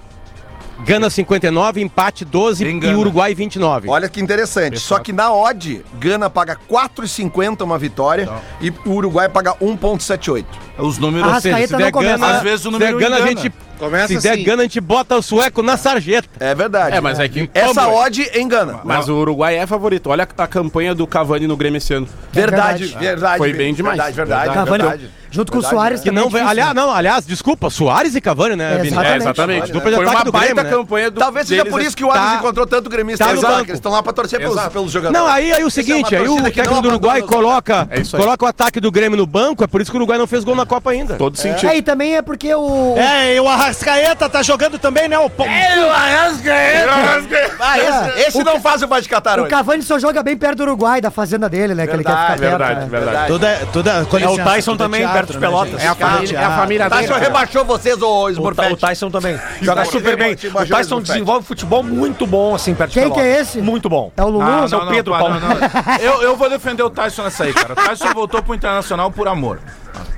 Gana 59, empate 12
Tem
e
Gana.
Uruguai 29.
Olha que interessante. Só que na odd, Gana paga 4,50 uma vitória e o Uruguai paga 1,78.
Os números.
Ah, Arrascaeta
se der
não começa.
Gana,
Às vezes o
se
número
der Gana, a
engana.
gente
Começa
se der
assim.
Gana a gente bota o sueco na sarjeta.
É verdade.
É, mas é que.
Essa odd em Gana.
Mas o Uruguai é favorito. Olha a campanha do Cavani no Grêmio esse ano.
Verdade,
verdade.
verdade. verdade
Foi bem demais.
Verdade, verdade.
Cavani,
verdade.
junto com o
Verdade,
Soares
Que
também
não
é
vem,
difícil,
aliás,
né?
não, aliás, desculpa, Soares e Cavani, né,
É,
Vini?
exatamente.
É, exatamente.
Dupla de
Foi uma
ataque do
baita
Grêmio, né?
campanha do
Talvez seja por
deles,
isso que o Adams
tá-
encontrou tanto gremista.
tá no
Exato, que
banco.
Eles estão lá pra torcer pelos, pelos jogadores.
Não, aí, aí o
Essa é
seguinte,
uma
aí o
torcida que
técnico
não
do Uruguai
abandona os
coloca,
É isso aí.
coloca o ataque do Grêmio no banco, é por isso que o Uruguai não fez gol na Copa ainda.
Todo sentido.
É, e também é porque o.
É, e o Arrascaeta tá jogando também, né? O pão.
Ah, esse, esse não faz o Vasco Catar
O
hoje.
Cavani só joga bem perto do Uruguai, da fazenda dele, né? que ele quer
Verdade,
ficar perto.
Verdade,
né?
verdade.
Tudo é, tudo é, com
É, o
licença,
Tyson
tudo é
também,
teatro,
perto de Pelotas.
gente? É a família. É a família.
O Tyson rebaixou vocês, ô
O, Ta- o
Smurfette.
Tyson também. Joga
Smurfette.
super bem. O
Smurfette.
Tyson
um
desenvolve futebol muito bom, assim, perto de
Quem
Pelotas.
que é esse?
Muito bom.
É o Lulu?
Ah,
Esse é o Pedro,
pá,
Paulo.
Eu, eu vou defender o Tyson nessa aí, cara. O Tyson voltou pro Internacional por amor.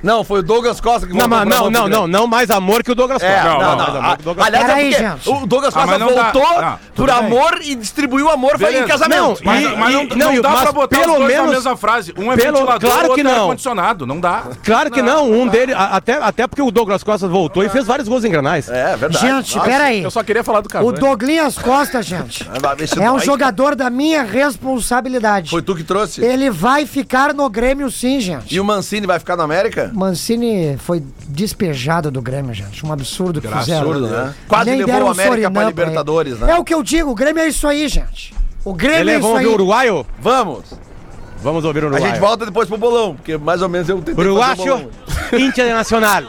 Não, foi o Douglas Costa que
Não, mas
pra
não,
Boca
não,
do
não, não mais amor que o Douglas
É,
Costa.
não, não,
mais amor
não.
que o Douglas
A- Aliás,
Peraí,
é
gente.
porque o Douglas
Ah,
Costa
mas não dá-
voltou
ah, tudo
por
bem.
amor e distribuiu amor foi em
Beleza.
casamento.
Não,
Mas,
E-
mas não,
e-
não
não,
dá
mas
pra botar
pelo
os dois na
menos-
mesma frase. Um é
pelo-
ventilador,
claro
o outro
que
é
não.
ar-condicionado. Não dá.
Claro que não, um dele, a- até, até porque o Douglas Costa voltou e fez vários gols em granais.
É, verdade.
Gente, peraí.
Eu só queria falar do
O
Cavani.
Douglas Costa, gente,
Esse
é um
dói.
jogador da minha responsabilidade.
Foi tu que trouxe?
Ele vai ficar no Grêmio sim, gente.
E o Mancini vai ficar na América?
Mancini foi despejado do Grêmio, gente. Um absurdo que fizeram.
Absurdo, né? Quase
Nem
levou
deram um
o América
Surinam
pra
aí.
Libertadores,
É
né?
o que eu digo, o Grêmio é isso aí, gente. O Grêmio
Ele
é
é,
isso
vamos
aí.
ver o Uruguaio?
Vamos.
Vamos ouvir o
A
Uruguaio.
gente volta depois pro bolão, porque mais ou menos eu tentei fazer um o
Uruguaio,
bolão.
Internacional.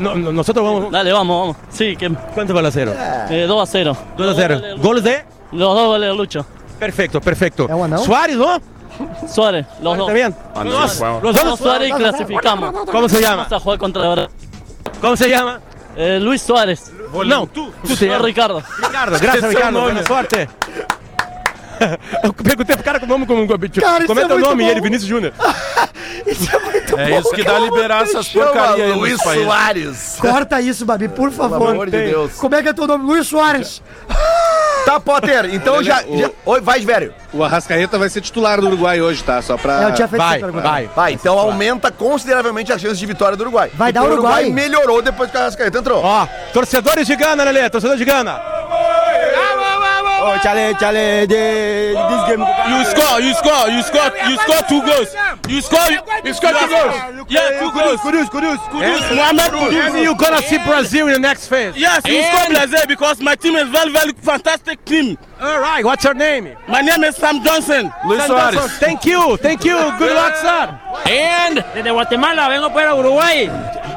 No- no- Nosotros vamos.
Dale, vamos, vamos. Sí, que,
Quanto vai a 0?
eh, 2 a 0.
2 a 0. Goles de?
Los dos goles de Lucho.
Perfeito, perfeito.
É um anão?
Suárez, Tá não?
Suárez, los dos.
También.
Nossa.
Los
Vamos
dos.
Suárez y clasificamos.
¿Cómo se llama?
Vamos a jugar contra Brasil.
Como se chama?
Eh, Luis Suárez.
Não, tu. Tu te
Señor
llamas.
Ricardo.
é Ricardo, graças, Ricardo. Boa sorte. Eu perguntei pro cara com o nome como, como,
Cara, isso
como é
é
teu
muito
nome,
bom.
E ele, Vinícius Júnior.
isso é muito
É isso que dá liberar essas
Chama
porcarias aí.
Luiz
nesse país.
Soares.
Corta isso, Babi, por favor.
amor de Deus.
Como é que é teu nome? Luiz Soares.
Tá, Potter, então já. já- Oi, vai, velho.
O Arrascaeta vai ser titular do Uruguai hoje, tá? Só pra.
É, eu tinha feito
Vai,
essa pergunta. Vai, então aumenta consideravelmente a chance de vitória do Uruguai.
Vai dar
Porque
Uruguai?
O Uruguai melhorou depois que o Arrascaeta entrou.
Ó, torcedores de Gana, Lelê, torcedor de Gana. Oh, chale, chale, de, this game.
You score, you score, you score, you score two goals. You score, you score two goals. Yeah, two goals.
Kudus, Kudus,
Kudus.
Mohamed
Kudus.
Kudus. You gonna see Brazil in the next phase.
Yes, you score, Blaze, because my team is very, very fantastic team.
All right, what's your name?
My name is Sam Johnson.
Luis Suárez. Thank you, thank you. Good luck, sir.
And desde Guatemala vengo para Uruguay.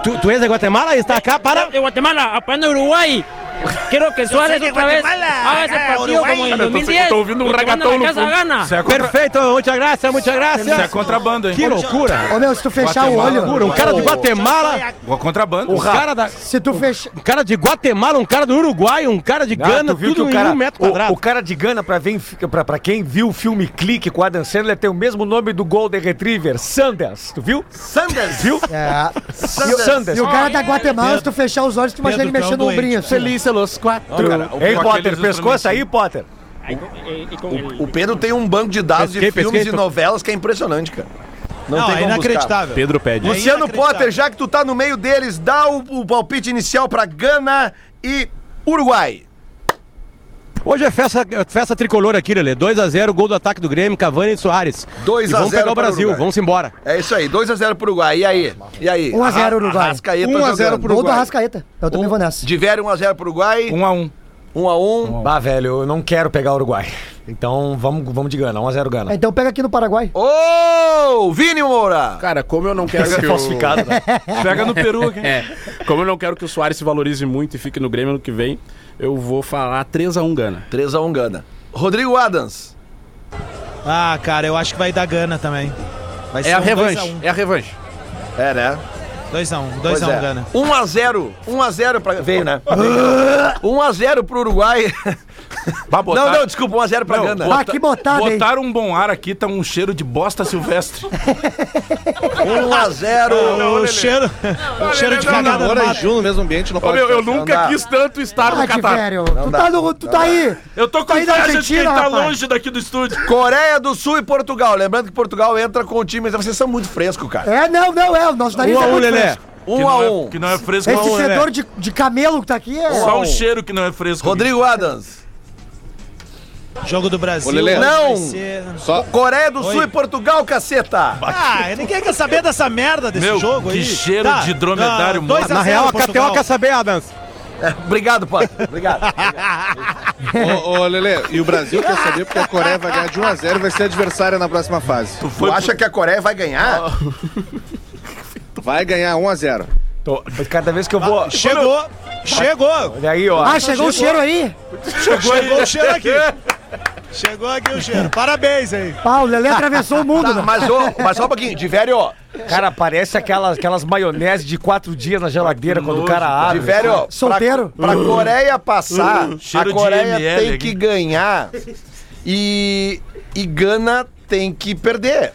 ¿Tú, tú eres de Guatemala y estás acá para?
De Guatemala, apoyando a Uruguay. Quiero que Suárez
de
otra vez
Guatemala.
haga ese
Ah,
partido
Uruguay.
como en
Cara, eu tô-
2010.
eu tô ouvindo um
porque manda
ragatão
la
no
casa
fundo.
gana.
Isso é contra- Perfeito, muchas gracias, muchas gracias.
Isso é contrabando, hein?
Que loucura.
Ô, meu, se tu fechar o olho-
Loucura, Um cara de
Ô.
Guatemala.
Contrabando.
Um cara da.
Se tu fecha.
Um cara de Guatemala, um cara do Uruguai, um cara de
Ah,
Gana,
tu viu
tudo
que
em
o cara,
um metro
o-
quadrado.
O, cara de Gana, pra, ver, pra, pra quem viu o filme Clique com a Adam Sandler, tem o mesmo nome do Golden Retriever, Sanders. Tu viu?
Sanders.
Viu?
É.
Sanders.
E o cara da Guatemala, se tu fechar os olhos, tu imagina ele
Pedro, tu é um
mexendo o ombrinho. assim,
doente. Feliz,
los quatro.
Tu- Ei, Potter, pescoço aí, Potter.
O, o Pedro tem um banco de dados
Pesquei,
de filmes
pesquei,
e
tô-
novelas que é impressionante, cara. Não,
Não,
tem
é
como
inacreditável.
buscar.
Pedro
É
pede.
Luciano Potter, já que tu tá no meio deles, dá o, o palpite inicial pra Gana e Uruguai.
Hoje é festa, festa tricolor aqui, Lelê. 2x0, gol do ataque do Grêmio, Cavani e Soares.
2
E
a
Vamos
0
pegar o
para o
Brasil,
Uruguai.
vamos embora.
É isso aí, 2x0 pro Uruguai. E aí? E aí?
1x0 Uruguai.
Arrascaeta
1 a 0
jogando.
pro Gol do Arrascaeta. Eu também vou nessa.
Divere 1x0 pro Uruguai.
1x1.
1x1.
Bah, velho, eu não quero pegar o Uruguai. Então vamos, vamos de Gana, 1x0 Gana.
Então pega aqui no Paraguai.
Ô, Vini Moura!
Cara, como eu não quero
Esse é
que
falsificado, né?
Pega no Peru aqui.
É, como eu não quero que o Soares se valorize muito e fique no Grêmio ano que vem, eu vou falar 3x1 Gana.
3x1 Gana. Rodrigo Adams.
Ah, cara, eu acho que vai dar Gana também.
Tá
Vai
É a revanche,
um.
é a revanche.
É, né?
2x1, 2x1 Gana.
1x0. 1x0 pra. Veio, né? 1x0 pro Uruguai. Não, não, desculpa, 1x0 pra Gana.
tá
Ah, que botada, hein?
Botaram um bom ar aqui, tá um cheiro de bosta silvestre.
1x0.
O cheiro, o cheiro de cagada no
Agora
é
mato.
junto no mesmo ambiente, não
Ô,
pode.
meu, eu
ficar.
nunca
Não dá.
quis tanto estar
Ah,
no Catar.
Diverio, tu tá, no, tu tá aí.
Eu tô com
Tá aí na
inveja de quem
Argentina,
tá
rapaz.
longe daqui do estúdio.
Coreia do Sul e Portugal. Lembrando que Portugal entra com o time. Vocês são muito frescos, cara.
É, não, não, é. O nosso nariz
1
é
a 1
muito
Lelê.
fresco.
que,
1
não
a
é,
1
que não é fresco.
um. Esse
não, né?
fedor de, de camelo que tá aqui é...
Só o cheiro que não é fresco.
Rodrigo Adams.
Jogo do Brasil.
Ô, Lelê.
vai
Não.
ser-
Só.
Coreia do Sul
Oi.
e Portugal, caceta.
Ah, ninguém quer saber dessa merda desse
Meu,
jogo
que
aí. Tá,
cheiro de dromedário
dois
morto.
a
Na
zero, um?
real, a
Portugal.
KTO quer saber, Adams.
Obrigado, Pato. Obrigado.
Ô, ô, Lelê, e o Brasil quer saber porque a Coreia vai ganhar de 1x0 e vai ser adversária na próxima fase.
Tu acha que a Coreia vai ganhar?
Vai ganhar 1x0.
Tô- mas cada vez que eu vou.
Chegou, chegou.
Olha aí, ó.
Ah, chegou o cheiro aí?
Chegou o cheiro aqui. Chegou aqui o cheiro. Parabéns aí.
Ah, o Lelê atravessou o mundo.
Tá,
né?
mas, ô, mas só um pouquinho, Diverio,
Cara, parece aquelas, aquelas maionese de quatro dias na geladeira quando o cara abre.
Diverio,
Solteiro?
pra, pra Coreia passar,
Cheiro
a
de
Coreia
ML
tem
aqui.
que ganhar e, e Gana tem que perder.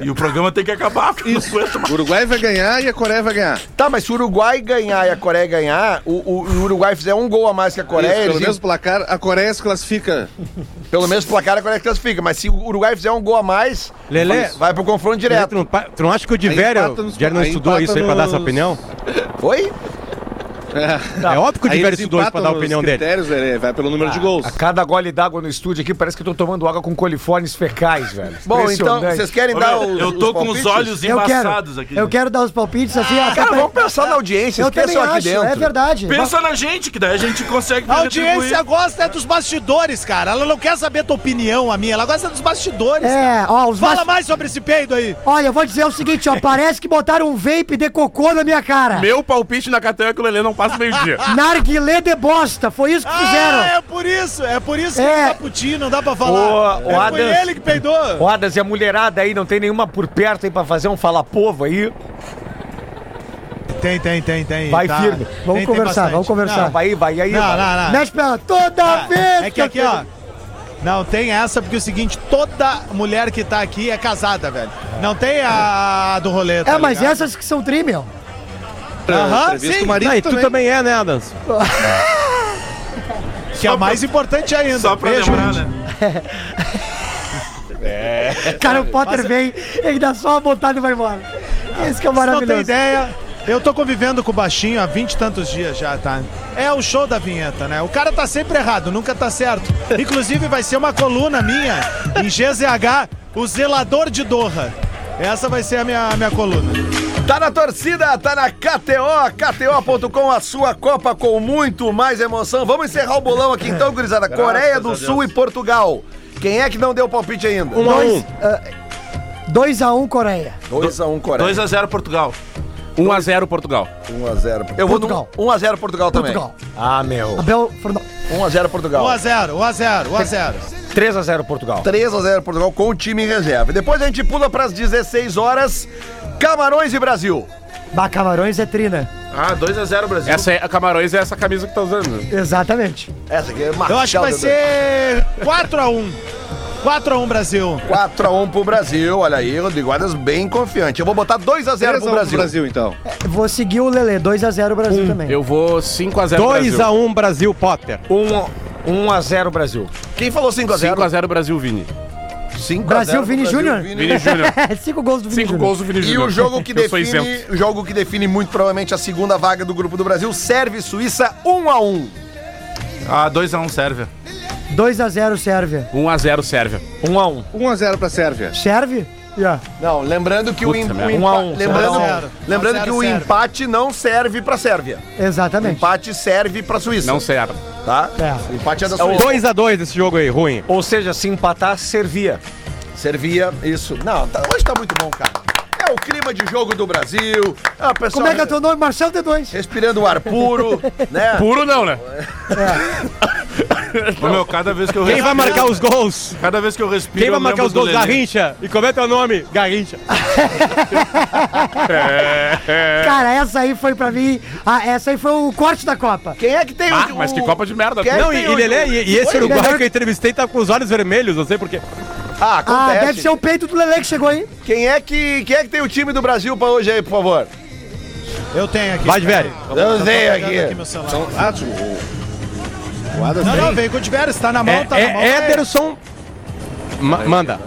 E o programa tem que acabar. porque eu não aguento mais.
O Uruguai vai ganhar e a Coreia vai ganhar.
Tá, mas se o Uruguai ganhar e a Coreia ganhar, o, o- o Uruguai fizer um gol a mais que a Coreia,
Isso, pelo
eles-
mesmo placar, a Coreia se classifica.
pelo menos placar a Coreia classifica. Mas se o Uruguai fizer um gol a mais,
Lelê.
É, vai pro confronto
Lelê,
direto.
Tu não, pa- tu não acha que o
Aí
Diverio
empata nos-
Diverio não
aí
estudou
empata
isso aí pra dar essa
nos-
opinião?
Oi?
É óbvio que o
Aí
Diverio
eles
estudou isso pra dar a
empatam
opinião
os
dele.
critérios, Lelê, vai pelo número de gols.
A cada gole d'água no estúdio aqui parece que eu tô tomando água com coliformes fecais, velho.
Bom, então,
Impressionante.
vocês querem
Ô,
dar
meu,
os,
eu tô com os
palpites?
olhos
Eu quero,
embaçados aqui.
eu quero dar os palpites assim, ó, só
Cara,
pra-
Ah, vamos pensar na audiência,
Eu também
esqueçam aqui
acho,
dentro.
é verdade.
Pensa na gente, que daí a gente consegue
A
retribuir.
audiência gosta é dos bastidores, cara. Ela não quer saber tua opinião, a minha. Ela gosta dos bastidores. cara.
É, ó, os
Fala
bas-
mais sobre esse peido aí.
Olha, eu vou dizer o seguinte, ó, parece que botaram um vape de cocô na minha cara.
Meu palpite na KTO é que o Lelê não passa meio-dia.
Narguilé de bosta, foi isso que fizeram.
Ah, é por isso. É por isso que
É.
ele tá putinho, não dá pra falar.
O- o
É, foi
Adams-
ele que peidou.
Ó, Adas, e a mulherada aí, não tem nenhuma por perto aí pra fazer um fala povo aí?
Tem, tem, tem, tem.
Vai
Tá.
firme.
Tem,
Vamos
tem
conversar,
bastante.
vamos conversar.
Não,
Vai aí, vai aí.
Não,
vai.
não, não.
Mexe pra ela toda
Ah,
vez
É que aqui, ó. Não tem essa, porque é o seguinte, toda mulher que tá aqui é casada, velho. Não tem a do rolê, tá
É, mas essas que são tri, meu.
Aham,
entrevista
sim.
o marido
Não, e
também.
é, né, Adams?
Que é a mais importante ainda.
Só pra lembrar, né? Cara, o Potter
Mas-
vem, ele dá só uma botada e vai embora. Esse que é o
Você não
maravilhoso.
tem ideia, eu tô convivendo com o Baixinho há 20 e tantos dias já, tá? É o show da vinheta, né? O cara tá sempre errado, nunca tá certo. Inclusive, vai ser uma coluna minha em GZH, o zelador de Doha. Essa vai ser a minha, minha coluna.
Tá na torcida, tá na KTO, KTO.com, a sua Copa com muito mais emoção. Vamos encerrar o bolão aqui então, gurizada.
Graças
Coreia
a
do
Deus.
Sul e Portugal. Quem é que não deu palpite ainda?
Um a Dois. ah, um. 2x1 Coreia.
2x1 Coreia.
2x0 Portugal.
1x0 Portugal.
1x0. Eu vou Portugal. 1x0 Portugal Um também.
Portugal.
Ah, meu.
Abel Fernandes.
1x0 Portugal. Tá.
1x0, 1x0, 1x0.
3x0 Portugal.
3x0 Portugal com o time em reserva. E depois a gente pula pras 16 horas. Camarões e Brasil.
Bah, Camarões é trina.
Ah, 2x0 Brasil.
Essa é, a Camarões é essa camisa que tá usando. né?
Exatamente.
Essa aqui é
Eu acho que vai ser 4x1. 4x1 Brasil.
4x1 pro Brasil, olha aí, Rodrigo Adas bem confiante. Eu vou botar 2x0 é um pro Brasil.
um então.
Vou seguir o Lelê, 2x0 Brasil também.
Eu vou 5x0 Brasil.
2x1 Brasil, Potter.
1x0 Brasil.
Quem falou 5x0?
5x0 Brasil, Vini.
5
Brasil, Vini Júnior.
Vini Júnior.
5 É, gols do Vini
Cinco
Júnior.
gols do Vini
E
Júnior.
o jogo que
Eu sou
define,
isento.
o jogo que define muito provavelmente a segunda vaga do grupo do Brasil, serve Suíça 1 a 1.
Ah, 2x1 Sérvia.
2x0 Sérvia.
1x0 Sérvia.
1x1.
1x0 pra Sérvia.
Serve? Yeah.
Não, lembrando que o,
Puta
em-
merda.
o
Um
empa-
a um.
lembrando,
Um a zero.
lembrando
Um a
que
zero
o
serve.
empate não serve pra Sérvia. O
Exatamente.
empate serve pra Suíça.
Não serve.
Tá?
É.
O empate é da
É o
Suíça.
2x2 esse jogo aí, ruim.
Ou seja, se empatar, servia.
Servia, isso. Não, tá- hoje tá muito bom, cara. É o clima de jogo do Brasil. Ah, pessoal,
Como é que é teu nome? Marcelo D2.
Respirando o ar puro, né?
Puro não, né?
Ô, meu, cada vez que eu
Quem
respiro.
vai marcar os gols?
Cada vez que eu respiro.
Quem vai
eu
marcar
lembro
os gols?
do Lelê.
Garrincha. E como é teu nome? Garrincha.
Cara, essa aí foi pra mim. Ah, essa aí foi o corte da Copa.
Quem é que tem
Ah, mas que Copa de merda.
Quem é
Não,
que
e,
tem
e
hoje?
Lelê, e, e esse
Oi,
uruguaio
Lelê.
que eu entrevistei tá com os olhos vermelhos, não sei porquê.
Ah,
Ah,
acontece.
deve ser o peito do Lelê que chegou aí.
Quem é que quem é que tem o time do Brasil pra hoje aí, por favor?
Eu tenho aqui.
Vai de velho.
Eu sei
Pegando tá aqui meu celular.
Ah, tu- o- o Adas
Não,
tem?
não, vem com o Tibério, tá na mão, tá
É,
na mão.
é
vai.
Ederson. Ma- manda.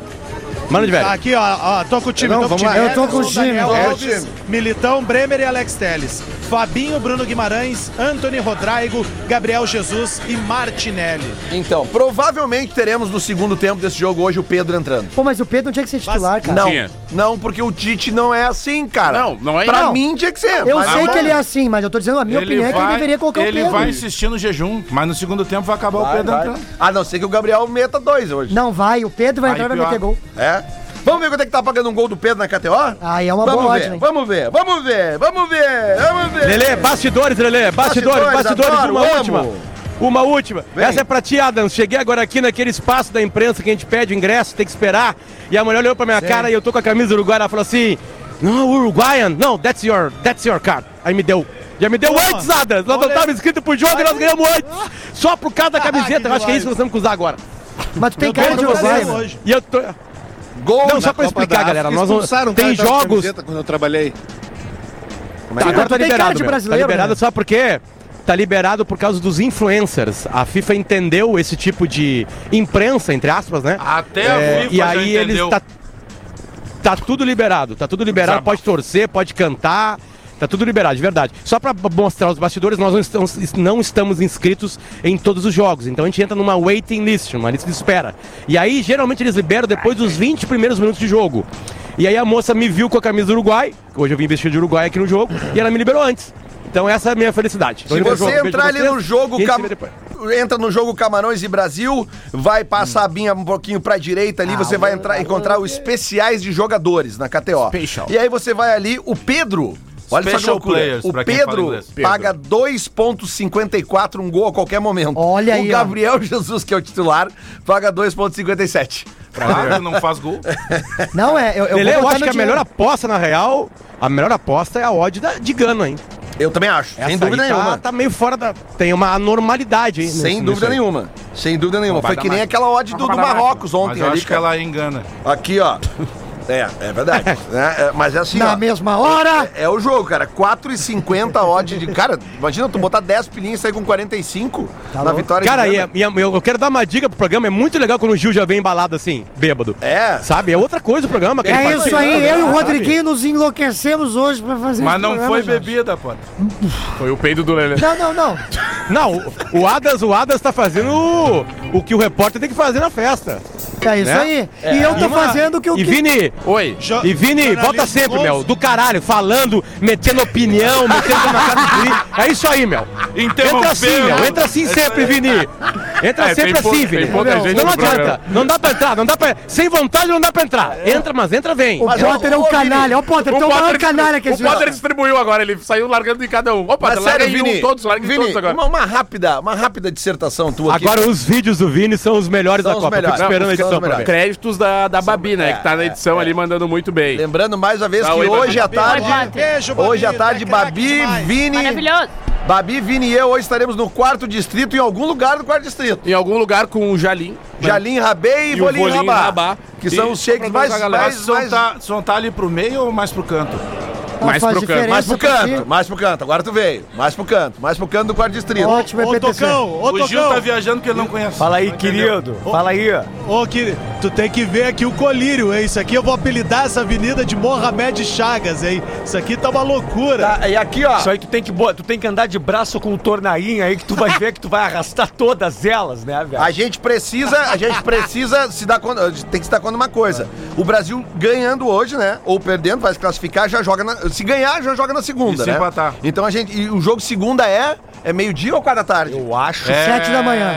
Manda de
Tá
velho.
aqui, ó, ó, tô com o time,
Não,
tô com o
vamos
time.
lá.
Eu tô com o
Ederson,
time.
Daniel
É o
Alves,
time.
Militão, Bremer e Alex Teles. Fabinho, Bruno Guimarães, Anthony Rodrigo, Gabriel Jesus e Martinelli.
Então, provavelmente teremos no segundo tempo desse jogo hoje o Pedro entrando.
Pô, mas o Pedro não tinha que ser titular, cara.
Não,
Tinha.
não, porque o Tite não é assim, cara.
Não, não é-
Pra
Não.
mim tinha que ser.
Eu
mas
sei
não
que ele é assim, mas eu tô dizendo a minha opinião é que ele deveria colocar o
ele
Pedro.
vai insistir no jejum, mas no segundo tempo vai acabar o
Vai,
Pedro
vai.
entrando.
A não ser que o Gabriel meta dois hoje.
Não vai, o Pedro vai
Aí
entrar e vai
pior.
meter gol.
É? Vamos ver quanto é que tá pagando um gol do Pedro na KTO?
Aí é uma
vamos
boa
ver,
ótima, hein?
Vamos ver, vamos ver, vamos ver, vamos ver.
Lelê, bastidores, Lelê. Bastidores,
Bastidores,
bastidores.
adoro,
uma
amo.
última. Uma última.
Vem.
Essa é pra ti, Adams. Cheguei agora aqui naquele espaço da imprensa que a gente pede o ingresso, tem que esperar. E a mulher olhou pra minha cara e eu tô com a camisa do Uruguai. Ela falou assim: Não, Uruguaian. Não, that's your, that's your card. Aí me deu. Já me deu
Boa.
antes, Adams. Nós não
Olha aí.
tava inscrito pro jogo e nós ganhamos antes. Só por causa da camiseta. Eu acho que é isso que nós temos que usar agora.
Mas tu tem
Eu tô
cara de
com vocês
uruguaio. né?
hoje.
E eu tô.
Gol
Não,
na
só pra
Copa da
explicar,
África,
galera. Nós vamos.
expulsaram um cara
Tem
que tava de
É jogos.
camiseta Quando eu trabalhei.
Tá, agora
tu
tá
tem cara de
liberado. meu. Tá
brasileiro,
liberado
né?
só porque tá liberado por causa dos influencers. A FIFA entendeu esse tipo de imprensa, entre aspas, né?
Até
É,
a FIFA
e
já
aí
entendeu.
eles tá, tá tudo liberado, tá tudo liberado, pode torcer, pode cantar. Tá tudo liberado, de verdade. Só pra b- mostrar os bastidores, nós não estamos, não estamos inscritos em todos os jogos. Então a gente entra numa waiting list, uma lista de espera. E aí, geralmente, eles liberam depois dos 20 primeiros minutos de jogo. E aí a moça me viu com a camisa do Uruguai, hoje eu vim vestido de Uruguai aqui no jogo, e ela me liberou antes. Então essa é a minha felicidade. Tô
Se
indo pro
você
jogo, beijo
entrar
pra
ali
vocês,
no jogo,
e a gente se
Cam-
vê depois.
entra no jogo Camarões e Brasil, vai passar a binha um pouquinho pra direita ali, você vai entrar, encontrar os especiais de jogadores na KTO.
Special.
E aí você vai ali, o Pedro. Olha só que
Special
loucura.
players,
o
pra quem fala
Pedro
inglês.
paga 2,54 um gol a qualquer momento.
Olha
o
aí, ó.
Gabriel Jesus, que é o titular, paga 2,57.
Claro, não faz gol.
Não, é, eu, eu
Lele,
vou
eu
botar meu
acho que a
dinheiro.
melhor aposta, na real, a melhor aposta é a odd da, de Gana, hein?
Eu também acho,
Essa
sem dúvida
aí tá,
nenhuma.
tá meio fora da. Tem uma anormalidade, hein?
Sem
nisso-
dúvida
nisso aí.
nenhuma. Sem dúvida nenhuma.
Bom, vai
Foi
dar
que nem
mais.
aquela odd do, do Marrocos ontem.
Mas eu
ali,
acho que
cara.
ela engana.
Aqui, ó. É, é verdade. né? É, mas é assim,
Na
ó.
mesma hora.
É, é o jogo, cara. 4,50 odd de... Cara, imagina tu botar 10 pilinhas e sair com 45
Tá
na vitória.
Cara,
de
e,
Gana.
e- eu eu quero dar uma dica pro programa. É muito legal quando o Gil já vem embalado assim, bêbado.
É.
Sabe? É outra coisa o programa. que ele
É
faz
isso aí, eu e o
sabe?
Rodriguinho nos enlouquecemos hoje pra fazer
Mas
esse
não
programa,
foi
gente.
bebida, pô.
Foi o peido do Lelê.
Não, não, não.
Não, o, o Adas, o Adas tá fazendo o, o que o repórter tem que fazer na festa.
É isso
né?
aí. E eu tô
uma-
fazendo o que eu
E Vini,
Oi.
e Vini,
jornalismo
volta sempre,
bons.
meu. Do caralho, falando, metendo opinião, metendo na cara do Vini. É isso aí, meu. Entra assim, meu. Entra assim sempre, Vini. Entra
Então, É, tem
sempre
pou-
assim,
tem
Vini.
pouca
Não,
gente
não
no
adianta.
programa.
Não dá pra entrar, não dá pra. Sem vontade não dá pra entrar. Entra, mas entra, vem.
O Potter é um canalha. Ó, o Potter, tu é o maior canalha que
O
esse
Potter distribuiu agora, ele saiu largando de cada um. Opa,
Mas
larga
sério,
em
Vini,
um, todos, larga em
Vini,
todos agora.
Uma, uma rápida, uma rápida dissertação tua aqui.
Agora os vídeos do Vini são os melhores
São
da
os
Copa.
melhores.
Fico esperando
Não,
a
são os
edição pra
melhores.
ver.
Créditos da, da Babi, né? Que tá na edição ali mandando muito bem.
Lembrando mais uma vez
Dá
que
oi,
hoje
Babi.
à tarde,
Oi, Babi. Beijo, Babi,
hoje à
tá
tarde,
craque
Babi,
demais.
Vini,
Maravilhoso.
Babi, Vini e eu hoje estaremos no quarto distrito, em algum lugar do quarto distrito.
Em algum lugar com o Jalim.
Jalim Rabê e,
E o
Bolinho
Bolinho
Rabá,
Rabá.
que são
E-
os shakes mais,
Mas,
mais,
mas,
mais,
Sontar, Sontar ali pro meio ou mais pro canto?
Ah,
mais
faz
pro canto,
diferença
mais pro
pra
canto,
ti.
mais pro canto. Agora tu veio, mais pro canto, mais pro canto do quarto distrito.
Ótimo, é
Ô,
EPTC.
Tocão, ô,
O Gil tá
Tocão.
viajando que ele não conhece.
Fala aí,
Não entendeu.
querido. Fala aí.
Ô, que tu tem que ver aqui o colírio, hein? Isso aqui eu vou apelidar essa avenida de Mohamed Chagas, hein? Isso aqui tá uma loucura.
Tá, e aqui, ó.
Isso aí tu tem que bo- tu tem que andar de braço com o tornainha aí que tu vai ver que tu vai arrastar todas elas, né, velho?
A gente precisa, a gente precisa se dar conta, tem que se dar conta de uma coisa. O Brasil ganhando hoje, né? Ou perdendo, vai se classificar, já joga na, se ganhar, já joga na segunda,
E se
né?
empatar.
Então a gente, e o jogo segunda é é meio-dia ou quatro da tarde?
Eu acho.
É. Sete da manhã.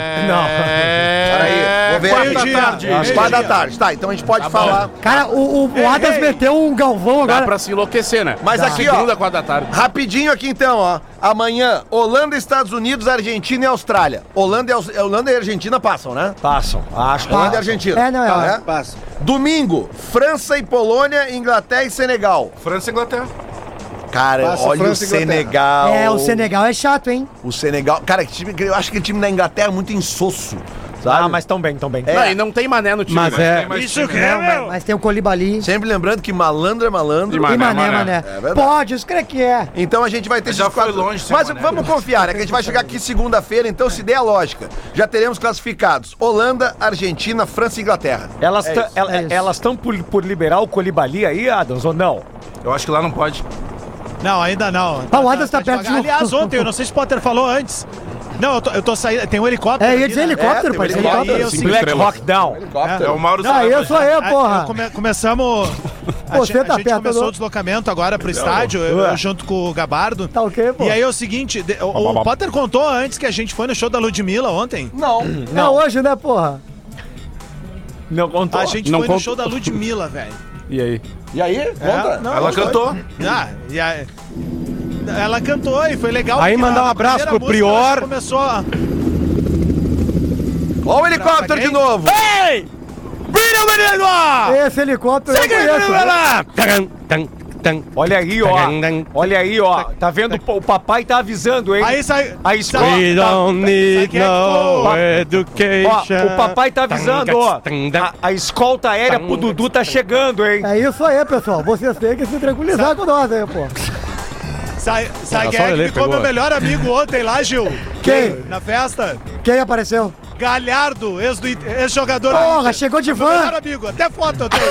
Peraí, vou ver.
Meio-dia.
Quatro da tarde.
Meio-dia.
Quatro da tarde. Tá, então a gente pode falar.
Cara, o, o, o Adas meteu um galvão
Dá
agora.
pra se enlouquecer, né?
Mas
Dá.
aqui, ó.
Segunda, quatro da tarde.
Rapidinho aqui então, ó. Amanhã, Holanda, Estados Unidos, Argentina e Austrália. Holanda e, Aus- Holanda e Argentina passam, né?
Passam. Acho que
Holanda e Argentina.
É, não, é.
Tá, né?
Passa.
Domingo, França e Polônia, Inglaterra e Senegal.
França e Inglaterra.
Cara,
Passa
olha
França
o
e
Senegal.
É, o Senegal é chato, hein?
O Senegal. Cara, que time, eu acho que o time da Inglaterra é muito insosso. Sabe?
Ah, mas tão bem, tão bem.
Não, e não tem mané no time.
Mas
né?
é.
Isso que
Mas tem o Colibali.
Sempre lembrando que malandro é malandro.
E Mané,
E Mané,
Mané.
Mané.
verdade.
Pode, isso creio que é.
Então a gente vai ter
Já
esses
foi longe sem
Mas
Mané.
vamos confiar, né? Que a gente vai chegar aqui segunda-feira, então se der a lógica. Já teremos classificados Holanda, Argentina, França e Inglaterra.
Elas
É
tão-
isso,
ela-
é isso.
elas estão por, por liberar o Colibali aí, Adams, ou não?
Eu acho que lá não pode.
Não, ainda não.
Ah, o Adas tá perto
devagar.
de um-
Aliás, ontem, eu não sei se o Potter falou antes. Não, eu tô, eu tô saindo. Tem um helicóptero.
É,
aqui,
ia dizer
né?
helicóptero,
É,
parece
tem um
helicóptero.
Aí, eu segui-
Black Rock Down.
É, o Mauro
Não, eu sou eu,
Ah,
porra.
eu come- começamos. A,
Pô,
ge-
você
a
tá
gente
perto
começou
do-
o deslocamento agora pro estádio, eu, eu junto com o Gabardo.
Tá ok, pô.
E aí é o seguinte, de- o, o Potter contou antes que a gente foi no show da Ludmilla ontem.
Não.
Não, hoje, né, porra?
Não contou.
A gente
Não
foi no
conto.
show da Ludmilla, velho.
E aí?
E aí? Conta.
não,
Ela
foi.
cantou.
Ah, e aí- Ela cantou e foi legal.
Aí
porque
mandar um
na
abraço
primeira
pro
música ela
Prior.
Começou a...
Olha o helicóptero de novo.
Ei! Vira é o menino!
Esse helicóptero
é
eu conheço. né?
Olha aí,
Tá
ó. Olha aí, ó. Tá vendo? O papai tá avisando, hein?
Aí sai...
A escola.
We don't need no
Ó,
education.
o papai tá avisando, ó. A, a escolta aérea pro Dudu tá chegando, hein?
É isso aí, pessoal. Vocês têm que se tranquilizar com nós aí, pô.
Sai, sai
Era
quem
só
é que
ele
ficou
pegou.
meu melhor amigo ontem lá, Gil?
Quem?
Na festa?
Quem apareceu?
Galhardo, ex do It- ex-jogador. do
Porra,
Inter.
chegou de
Meu melhor
van.
amigo, até foto eu tenho.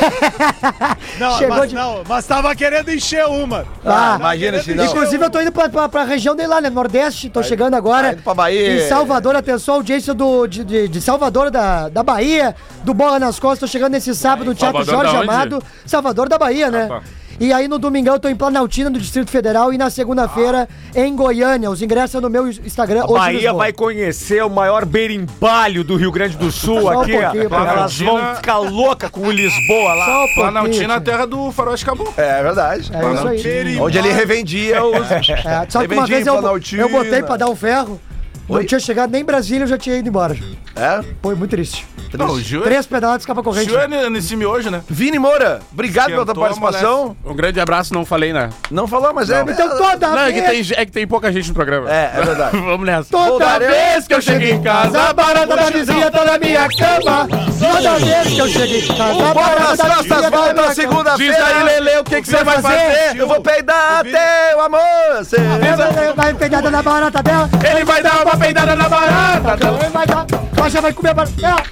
não,
Chegou
mas,
de-
não, mas tava querendo encher uma.
Ah,
imagina se não.
Inclusive, eu tô indo pra, pra, pra região dele lá, né? Nordeste, tô chegando agora.
tá indo pra Bahia.
Em Salvador, atenção, audiência do, de, de, de Salvador, da, da Bahia, do Bola nas Costas. Tô chegando nesse sábado no Teatro
Salvador
Jorge
da onde?
Amado. Salvador da Bahia, né?
Ah,
tá.
E aí no domingão eu tô em Planaltina, no Distrito Federal, e na segunda-feira
Ah.
em Goiânia. Os ingressos são no meu Instagram. hoje em
Bahia
Lisboa.
vai conhecer o maior berimbalho do Rio Grande do Sul
Só um
aqui.
pouquinho,
ó.
pô.
Elas vão ficar louca com o Lisboa lá.
Só um pouquinho.
Planaltina, a terra do faroeste acabou.
É verdade.
É isso aí.
Onde ele revendia os.
É, só que uma
Revendia
vez
em
eu,
Planaltina.
eu botei pra dar um ferro. Não tinha chegado nem em Brasília, eu já tinha ido embora.
É?
Foi muito triste.
Não, o Gil é-
Três pedaladas, capa corrente.
Gil é nesse time hoje, né?
Vini Moura, obrigado pela tua
Esquentou a
participação.
Um grande abraço, não falei, né?
Não falou, mas é.
Então toda
Não, é que,
vez...
tem, é que tem pouca gente no programa.
É, é verdade.
Vamos nessa.
Toda
Voltaremos.
vez que eu chego em casa, a barata da vizinha tá na minha cama. Toda vez que eu chego em casa,
Bora
a barata
nas
da
é nossas
vizinha tá na minha
voltas
cama.
segunda-feira.
Diz aí, Lele, o que, que você vai fazer?
Eu vou peidar até o amor. cê-
Ela vai peidada na barata dela.
Ele vai dar uma peidada na barata. tá?
Ela vai dar. Ela já vai comer a barata dela.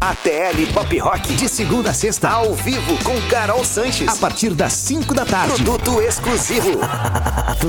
ATL Pop Rock, de segunda a sexta, ao vivo com Carol Sanches, a partir das 5 da tarde. Produto exclusivo.